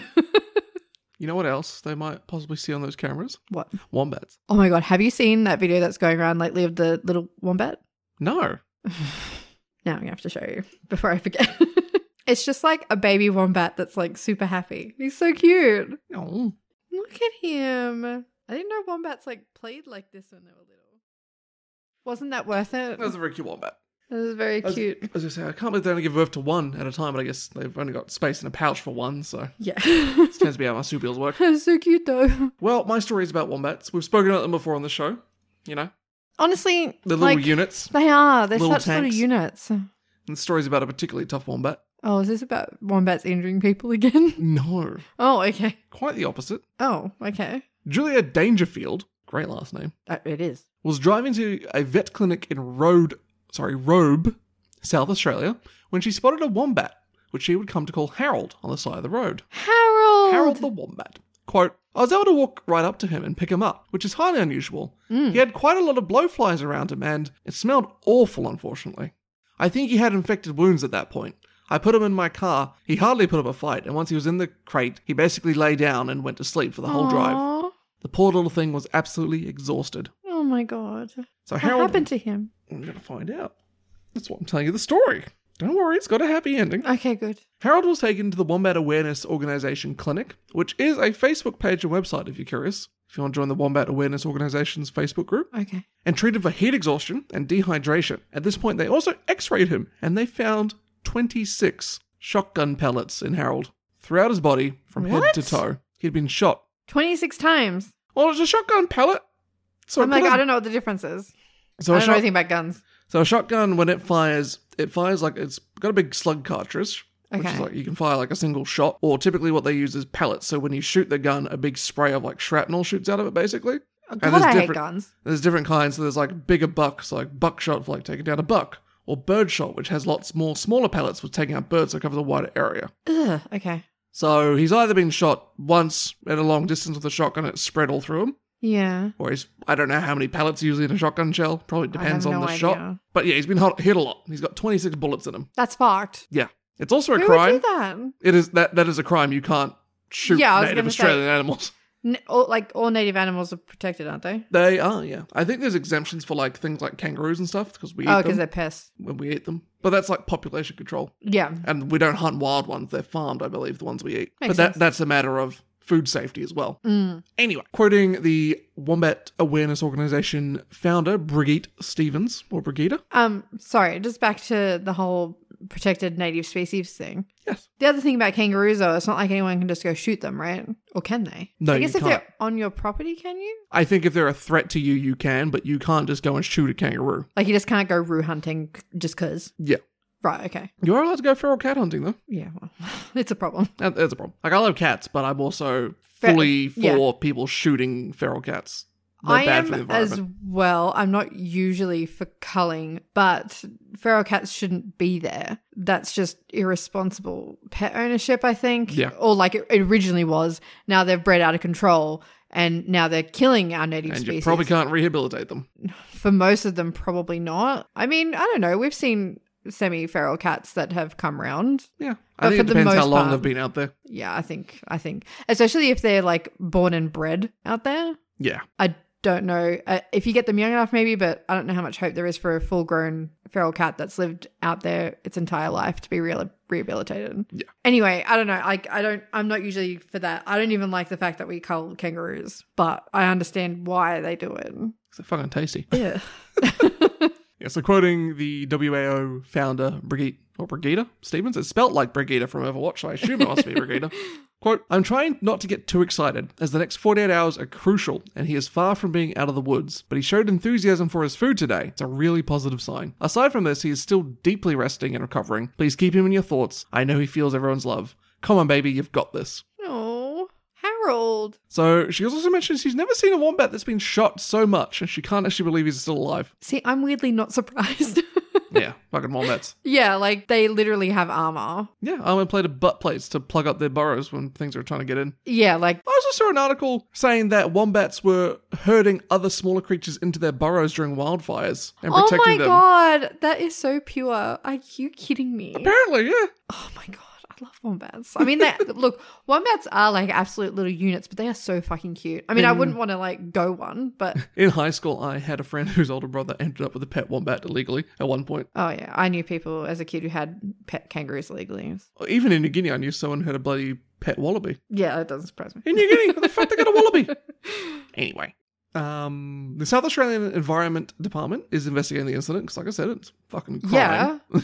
You know what else they might possibly see on those cameras? what? Wombats. Oh my god, have you seen that video that's going around lately of the little wombat? No. Now I'm gonna have to show you before I forget. it's just like a baby wombat that's like super happy. He's so cute. No. Look at him. I didn't know wombats like played like this when they were little. Wasn't that worth it? That's a very cute wombat. That was very That's- cute. As I say, I can't believe they only give birth to one at a time, but I guess they've only got space in a pouch for one, so Yeah. it tends to be how marsupials work. That's so cute though. Well, my story is about wombats. We've spoken about them before on the show. You know, Honestly, the little like, units. They are. They're little such little tanks. units. And the story's about a particularly tough wombat. Oh, is this about wombats injuring people again? No, oh, okay. quite the opposite. Oh, okay. Julia Dangerfield, great last name, Uh, it is. was driving to a vet clinic in Road, sorry, Robe, South Australia, when she spotted a wombat, which she would come to call Harold on the side of the road. Harold. Harold the Wombat. Quote, I was able to walk right up to him and pick him up, which is highly unusual. Mm. He had quite a lot of blowflies around him and it smelled awful, unfortunately. I think he had infected wounds at that point. I put him in my car. He hardly put up a fight, and once he was in the crate, he basically lay down and went to sleep for the whole drive. Aw. The poor little thing was absolutely exhausted. Oh my god. So What Harold happened to him? I'm going to find out. That's what I'm telling you the story. Don't worry, it's got a happy ending. Okay, good. Harold was taken to the Wombat Awareness Organization Clinic, which is a Facebook page and website if you're curious. If you want to join the Wombat Awareness Organization's Facebook group, Okay. and treated for heat exhaustion and dehydration. At this point, they also x rayed him and they found 26 shotgun pellets in Harold throughout his body from head to What? toe. He'd been shot. 26 times. Well, it's a shotgun pellet. So it I'm like, could have- Oh I don't know what the difference is. so I a don't know shot- anything about guns. So a shotgun, when it fires, it fires like it's got a big slug cartridge, which is Okay. like you can fire like a single shot, or typically what they use is pellets. So when you shoot the gun, a big spray of like shrapnel shoots out of it, basically. Oh, there's God, I hate different- guns. There's different kinds. So there's like bigger bucks, like buckshot for like taking down a buck, or birdshot, which has lots more smaller pellets for taking out birds that cover the wider area. Ugh. Okay. So he's either been shot once at a long distance with a shotgun and it spread all through him, Yeah. or he's I don't know how many pellets are usually in a shotgun shell. Probably I have depends on no the shot. idea. But yeah, he's been hot- hit a lot. He's got 26 bullets in him. That's fucked. Yeah. It's also a Who crime. would do that? It is that that is a crime. You can't shoot Yeah, I was native gonna Australian animals. N- all, like all native animals are protected, aren't they? They are, yeah. I think there's exemptions for like things like kangaroos and stuff because we eat Oh, because them they're pests. when we eat them. But that's like population control, Yeah. and we don't hunt wild ones. They're farmed, I believe, the ones we eat. Makes but that sense. that's a matter of food safety as well. Mm. Anyway, quoting the Wombat Awareness Organization founder Brigitte Stevens or Brigida. Um. Sorry. Just back to the whole protected native species thing. Yes. The other thing about kangaroos, though, it's not like anyone can just go shoot them, right? Or can they? No, I guess you if can't. they're on your property, can you? I think if they're a threat to you, you can, but you can't just go and shoot a kangaroo. Like you just can't go roo hunting c- just cause. Yeah. Right. Okay. You are allowed to go feral cat hunting, though. Yeah. Well, it's a problem. That, that's a problem. Like I love cats, but I'm also Fe- fully for yeah. people shooting feral cats. They're I bad am for the environment. as well. I'm not usually for culling, but feral cats shouldn't be there. That's just irresponsible pet ownership, I think. Yeah. Or like it originally was. Now they've bred out of control and now they're killing our native and species. you probably can't rehabilitate them. for most of them, probably not. I mean, I don't know. We've seen semi feral cats that have come round. Yeah, I But think for it the depends how most long part- they've been out there. Yeah, I think, I think, especially if they're like born and bred out there. Yeah, I don't know uh, if you get them young enough, maybe, but I don't know how much hope there is for a full grown feral cat that's lived out there its entire life to be real- rehabilitated. Yeah. Anyway, I don't know. Like, I don't, I'm not usually for that. I don't even like the fact that we cull kangaroos, but I understand why they do it. it's fucking tasty. Yeah. Yeah, so quoting the WAO founder Brigitte or Brigida Stevens, it's spelt like Brigida from Overwatch, so I assume it must be Brigida. Quote, I'm trying not to get too excited, as the next 48 hours are crucial, and he is far from being out of the woods. But he showed enthusiasm for his food today. It's a really positive sign. Aside from this, he is still deeply resting and recovering. Please keep him in your thoughts. I know he feels everyone's love. Come on, baby, you've got this. oh, Harold. So she also mentions she's never seen a wombat that's been shot so much, and she can't actually believe he's still alive. See, I'm weirdly not surprised. yeah, fucking wombats. yeah, like they literally have armor. Yeah, armor plated butt plates to plug up their burrows when things are trying to get in. Yeah, like I also saw an article saying that wombats were herding other smaller creatures into their burrows during wildfires and oh protecting my them. god, that is so pure. Are you kidding me? Apparently, yeah. Oh my god, I love wombats. I mean, they, look, wombats are like absolute little units, but they are so fucking cute. I mean, I Mm. wouldn't want to like go one, but In high school, I had a friend whose older brother ended up with a pet wombat illegally at one point. oh yeah, I knew people as a kid who had pet kangaroos illegally. Even in New Guinea, I knew someone who had a bloody pet wallaby. Yeah, that doesn't surprise me. In New Guinea, where the fuck they got a wallaby? Anyway. Um, the South Australian Environment Department is investigating the incident because, like I said, it's fucking crime. Yeah.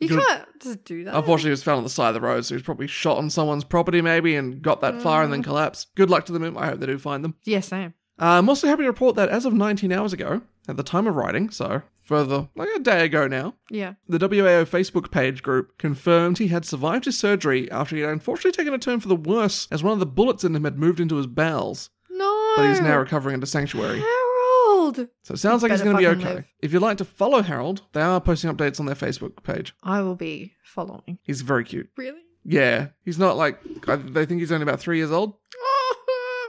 You Good. can't just do that. Uh, Unfortunately, he was found on the side of the road, so he was probably Mm. shot on someone's property, maybe, and got that far and then collapsed. Good luck to them. I hope they do find them. yeah, same. Uh, I'm also happy to report that as of 19 hours ago, at the time of writing, so further like a day ago now, Yeah. the WAO Facebook page group confirmed he had survived his surgery after he had unfortunately taken a turn for the worse as one of the bullets in him had moved into his bowels, No. but he's now recovering into sanctuary. Harold. So it sounds like he's Oh. better going to be fucking okay. live. If you'd like to follow Harold, they are posting updates on their Facebook page. I will be following. He's very cute. Really? Yeah, he's not like I- they think he's only about three years old.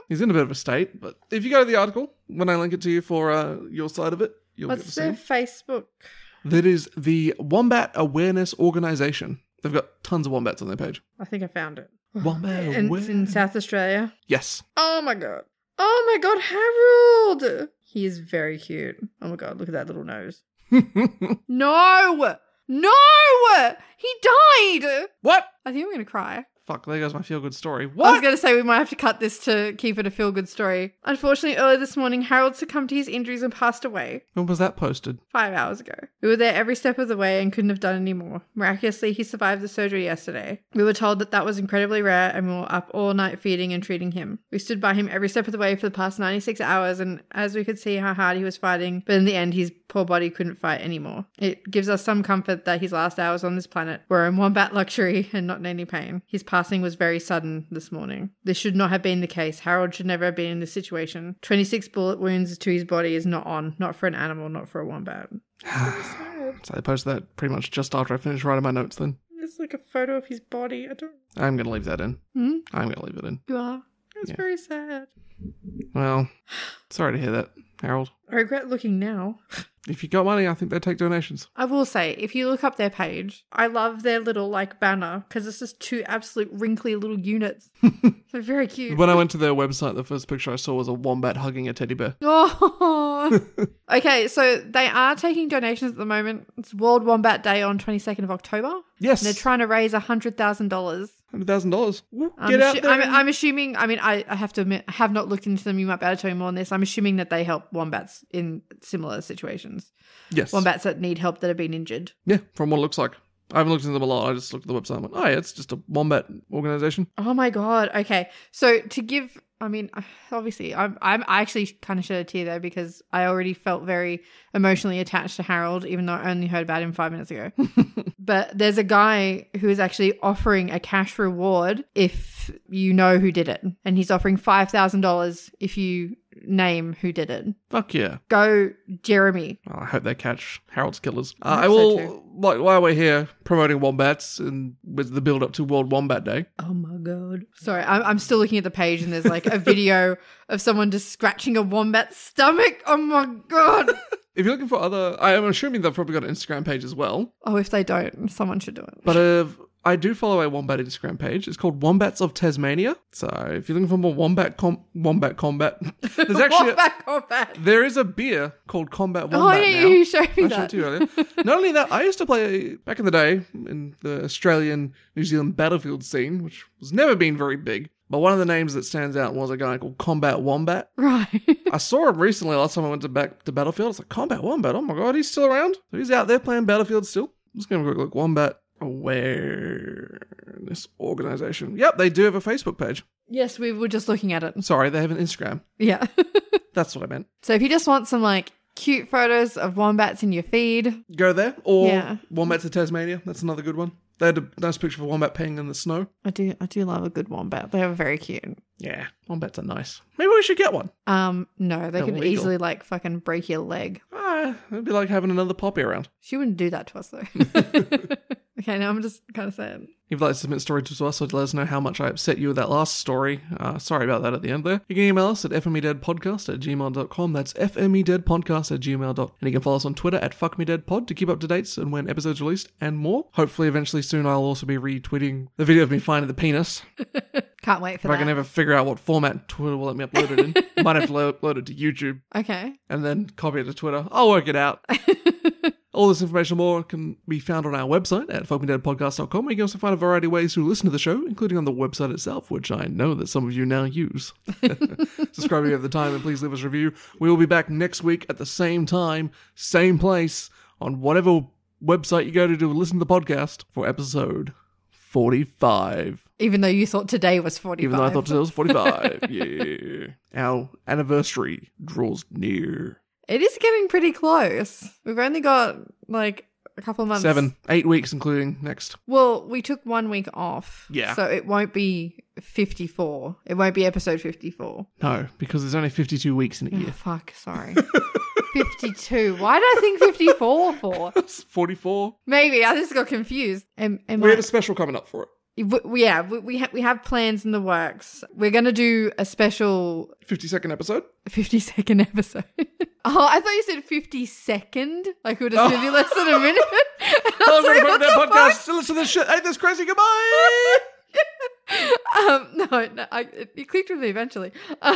He's in a bit of a state, but if you go to the article when I link it to you for uh, your side of it, you'll get What's to see. their Facebook? That is the Wombat Awareness Organization. They've got tons of wombats on their page. I think I found it. Wombat And it's in Awareness. South Australia. Yes. Oh my god. Oh my god, Harold! He is very cute. Oh my god, look at that little nose. No! No! He died! what? I think I'm gonna cry. Fuck, there goes my feel good story. I was What? going to say we might have to cut this to keep it a feel good story. Unfortunately, earlier this morning, Harold succumbed to his injuries and passed away When was that posted? five hours ago. We were there every step of the way and couldn't have done any more. Miraculously, he survived the surgery yesterday. We were told that that was incredibly rare and we were up all night feeding and treating him. We stood by him every step of the way for the past 96 hours and as we could see how hard he was fighting, but in the end, his poor body couldn't fight anymore. It gives us some comfort that his last hours on this planet were in wombat luxury and not in any pain. His passing was very sudden this morning. This should not have been the case. Harold should never have been in this situation. 26 bullet wounds to his body is not on, not for an animal, not for a wombat. so they posted that pretty much just after I finished writing my notes then. It's like a photo of his body. I don't. I'm going to leave that in. Hmm? I'm going to leave it in. You are. It's Yeah. very sad. Well, sorry to hear that, Harold. I regret looking now. If you got money, I think they take donations. I will say, if you look up their page, I love their little like banner because it's just two absolute wrinkly little units. They're very cute. When I went to their website, the first picture I saw was a wombat hugging a teddy bear. Oh. okay, so they are taking donations at the moment. It's World Wombat Day on 22nd of October. Yes, And they're trying to raise $100,000. hundred thousand dollars. Get I'm out assu- there! I'm, I'm assuming, I mean, I, I have to admit, I have not looked into them. You might be able to tell me more on this. I'm assuming that they help wombats in similar situations. yes, Wombats that need help that have been injured. Yeah, from what it looks like. I haven't looked into them a lot. I just looked at the website and went, oh, yeah, it's just a wombat organization. Oh my god. Okay. So to give, I mean, obviously, I'm, I'm I actually kind of shed a tear there because I already felt very emotionally attached to Harold, even though I only heard about him five minutes ago. but there's a guy who is actually offering a cash reward if you know who did it, and he's offering five thousand dollars if you name who did it. Fuck yeah. Go, Jeremy. Well, I hope they catch Harold's killers. I Uh, hope I so will, too. like, while we're here promoting wombats and with the build up to World Wombat Day, Oh my god! Sorry, I'm, I'm still looking at the page, and there's like a video of someone just scratching a wombat's stomach. Oh my god! if you're looking for other, I am assuming they've probably got an Instagram page as well. Oh, if they don't, someone should do it. But uh, I do follow a wombat Instagram page. It's called Wombats of Tasmania. So if you're looking for more wombat com- wombat combat, there's actually a, Wombat combat. there is a beer called Combat Wombat Oh yeah, now. you showed me I that. showed it to you earlier. Not only that, I used to play back in the day in the Australian New Zealand battlefield scene, which has never been very big. But one of the names that stands out was a guy called Combat Wombat. Right. I saw him recently last time I went to back to Battlefield. It's like Combat Wombat. Oh my god, he's still around. So he's out there playing Battlefield still. I'm just gonna have a quick look. Wombat Awareness Organization. Yep, they do have a Facebook page. yes, we were just looking at it. Sorry, they have an Instagram. Yeah. That's what I meant. so if you just want some like cute photos of wombats in your feed, Go there or Yeah. Wombats of Tasmania. That's another good one. They had a nice picture of a wombat peeing in the snow. I do I do love a good wombat. They are very cute. Yeah, wombats are nice. Maybe we should get one. Um, no, they could Illegal. easily like fucking break your leg. Ah, it'd be like having another poppy around. She wouldn't do that to us though. okay, now I'm just kind of sad. If you'd like to submit a story to us or to let us know how much I upset you with that last story, uh, sorry about that at the end there. You can email us at fmedeadpodcast at gmail.com. That's fmedeadpodcast at gmail.com. And you can follow us on Twitter at fuckmedeadpod to keep up to dates and when episodes are released and more. Hopefully, eventually soon, I'll also be retweeting the video of me finding the penis. Can't wait for If I that. can ever figure out what format Twitter will let me upload it in, might have to lo- upload it to YouTube okay. and then copy it to Twitter. I'll work it out. All this information and more can be found on our website at fuckmedeadpodcast.com. where You can also find a variety of ways to listen to the show, including on the website itself, which I know that some of you now use. Subscribe if you have the time and please leave us a review. We will be back next week at the same time, same place, on whatever website you go to to listen to the podcast for episode 45. Even though you thought today was 45. Even though I thought today was 45. yeah. Our anniversary draws near. It is getting pretty close. We've only got like a couple of months. Seven, eight weeks, including next. Well, we took one week off. Yeah. So it won't be 54. It won't be episode 54. No, because there's only 52 weeks in a Oh, year. fuck, sorry. 52. Why did I think 54 for? 44. Maybe I just got confused. Am, am We I- have a special coming up for it. W- w- yeah, we we, ha- we have plans in the works. We're going to do a special 50 second episode. 50 second episode. oh, I thought you said 50 second. Like it would just Oh. be less than a minute. And I Hello, was like, everybody what from that the podcast. Still listen to this shit. Ain't this crazy? Goodbye. fuck? Um, no, no I, it, it clicked with me eventually.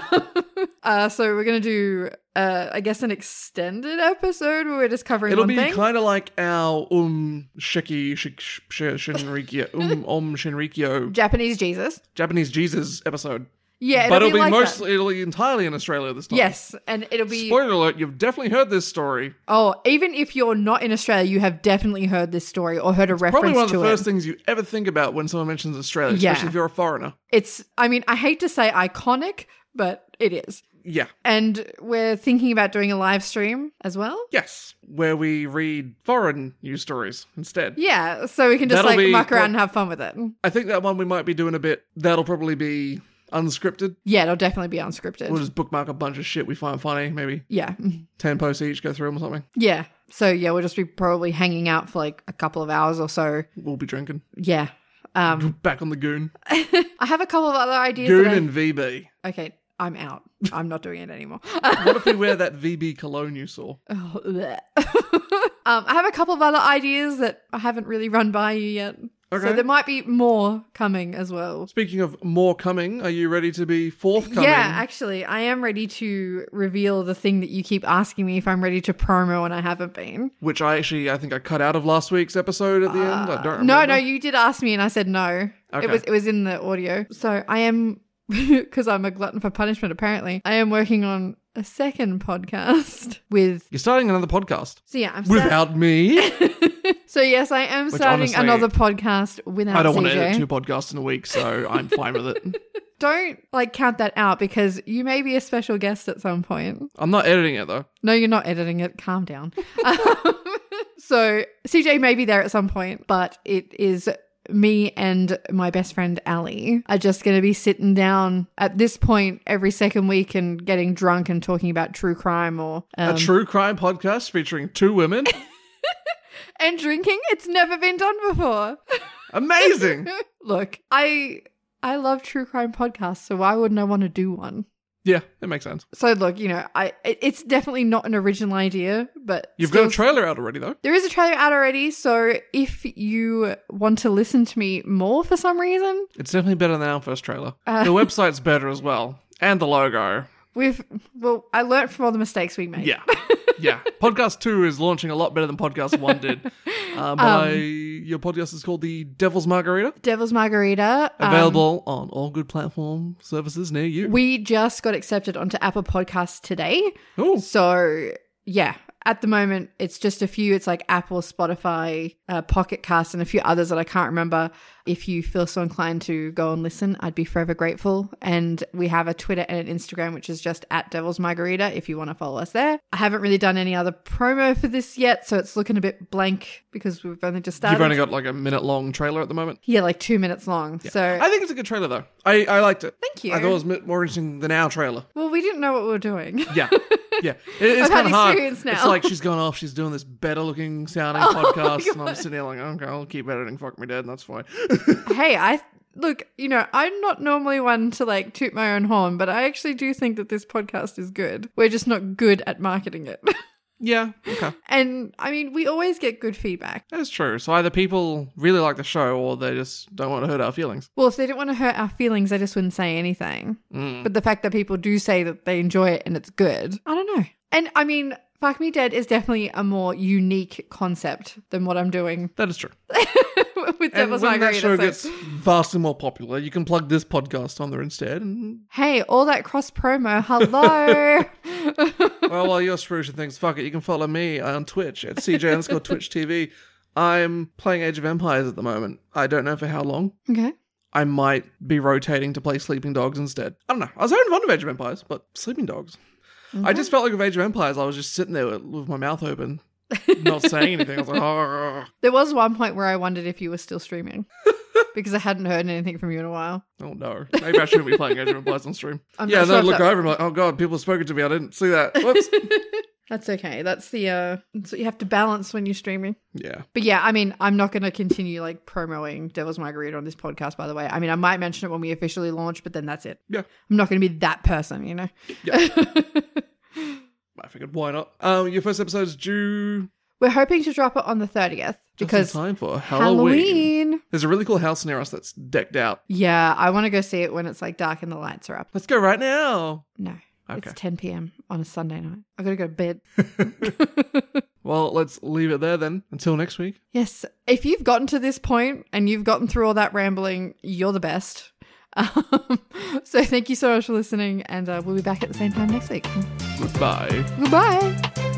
Um, uh, so we're going to do, uh, I guess, an extended episode where we're just covering It'll one be thing. kind of like our um shiki shik, sh, sh, shinrikyo um om shinrikyo Japanese Jesus. Japanese Jesus episode, Yeah, but it'll, be, like that. mostly it'll be entirely in Australia this time. Yes, and it'll be. Spoiler alert: You've definitely heard this story. Oh, even if you're not in Australia, you have definitely heard this story or heard a reference Probably one of the to first it. things you ever think about when someone mentions Australia, Yeah. especially if you're a foreigner. It's, I mean, I hate to say iconic, but it is. Yeah. And we're thinking about doing a live stream as well. Yes. Where we read foreign news stories instead. Yeah, so we can just That'll like be muck prob- around and have fun with it. I think that one we might be doing a bit. That'll probably be unscripted. Yeah, it'll definitely be unscripted. We'll just bookmark a bunch of shit we find funny. Maybe yeah. ten posts each, go through them or something. Yeah. So yeah, we'll just be probably hanging out for like a couple of hours or so. We'll be drinking. Yeah. Um Back on the goon. I have a couple of other ideas. Goon that I- and VB. okay, I'm out. I'm not doing it anymore. What if we wear that VB cologne you saw? Oh, bleh. um, I have a couple of other ideas that I haven't really run by you yet. Okay. So there might be more coming as well. Speaking of more coming, are you ready to be forthcoming? Yeah, actually, I am ready to reveal the thing that you keep asking me if I'm ready to promo and I haven't been. which I actually I think I cut out of last week's episode at the end. I don't remember. Uh, No, no, you did ask me and I said no. Okay. It was it was in the audio. So I am because I'm a glutton for punishment apparently. I am working on a second podcast with You're starting another podcast So yeah, I'm start- without me. So yes, I am starting honestly, another podcast without I don't want to CJ. edit two podcasts in a week, so I'm fine with it. don't like count that out because you may be a special guest at some point. I'm not editing it though. No, you're not editing it. Calm down. um, so CJ may be there at some point, but it is me and my best friend Ali are just going to be sitting down at this point every second week and getting drunk and talking about true crime or um, a true crime podcast featuring two women. and drinking. It's never been done before. Amazing. Look, I I love true crime podcasts, so why wouldn't I want to do one? Yeah, that makes sense. So look, you know, I it- it's definitely not an original idea, but You've still- got a trailer out already though. there is a trailer out already. So if you want to listen to me more for some reason, It's definitely better than our first trailer. Uh. the website's better as well, and the logo. we've well, I learned from all the mistakes we made. Yeah. Yeah. podcast two is launching a lot better than podcast one did. Uh, my Um, your podcast is called The Devil's Margarita. Devil's Margarita um, Available on all good platform services near you. we just got accepted onto Apple Podcasts today. Oh, So yeah, at the moment it's just a few. It's like Apple, Spotify, uh, Pocket Cast, and a few others that I can't remember. If you feel so inclined to go and listen, I'd be forever grateful. And we have a Twitter and an Instagram, which is just at Devil's Margarita. If you want to follow us there, I haven't really done any other promo for this yet, so it's looking a bit blank because we've only just started. you've only got like a minute long trailer at the moment. yeah, like two minutes long. So I think it's a good trailer though. I, I liked it. thank you. I thought it was a bit more interesting than our trailer. well, we didn't know what we were doing. Yeah. Yeah. It- it's I've had kind of hard. experience now. Oh It's like she's gone off. She's doing this better looking sounding podcast, and I'm sitting there like, okay, I'll keep editing. Fuck me dead. That's fine. hey, I look, you know, I'm not normally one to like toot my own horn, but I actually do think that this podcast is good. We're just not good at marketing it. yeah. Okay. and I mean, we always get good feedback. That's true. So either people really like the show, or they just don't want to hurt our feelings. Well, if they didn't want to hurt our feelings, they just wouldn't say anything. Mm. But the fact that people do say that they enjoy it and it's good, I don't know. And I mean, Fuck Me Dead is definitely a more unique concept than what I'm doing That is true. with And Devil's when that Margarita. show so- gets vastly more popular, you can plug this podcast on there instead. And hey, all that cross promo, hello. uh, well, while you're sprucing things, fuck it, you can follow me on Twitch at CJ underscore Twitch TV. I'm playing Age of Empires at the moment. I don't know for how long. Okay. I might be rotating to play Sleeping Dogs instead. I don't know. I was having fun with Age of Empires, but Sleeping Dogs. I Mhm. just felt like with Age of Empires, I was just sitting there with, with my mouth open, not saying anything. I was like, oh, There was one point where I wondered if you were still streaming because I hadn't heard anything from you in a while. oh no. Maybe I shouldn't be playing Age of Empires on stream. I'm yeah, not and sure then I if look that- over and I'm like, oh god, people have spoken to me. I didn't see that. Whoops. That's okay. That's the uh, that's what you have to balance when you're streaming. yeah. But yeah, I mean, I'm not going to continue like promoting Devil's Margarita on this podcast. By the way, I mean, I might mention it when we officially launch, but then that's it. Yeah. I'm not going to be that person, you know. Yeah. I figured why not? Um, your first episode's due We're hoping to drop it on the 30th because just in time for Halloween. Halloween. There's a really cool house near us that's decked out. Yeah, I want to go see it when it's like dark and the lights are up. Let's go right now. No, Okay. it's 10 p.m. on a Sunday night. I got to go to bed. Well, let's leave it there then. Until next week. Yes. If you've gotten to this point and you've gotten through all that rambling, you're the best. Um, so thank you so much for listening, and uh, we'll be back at the same time next week. Goodbye. Goodbye.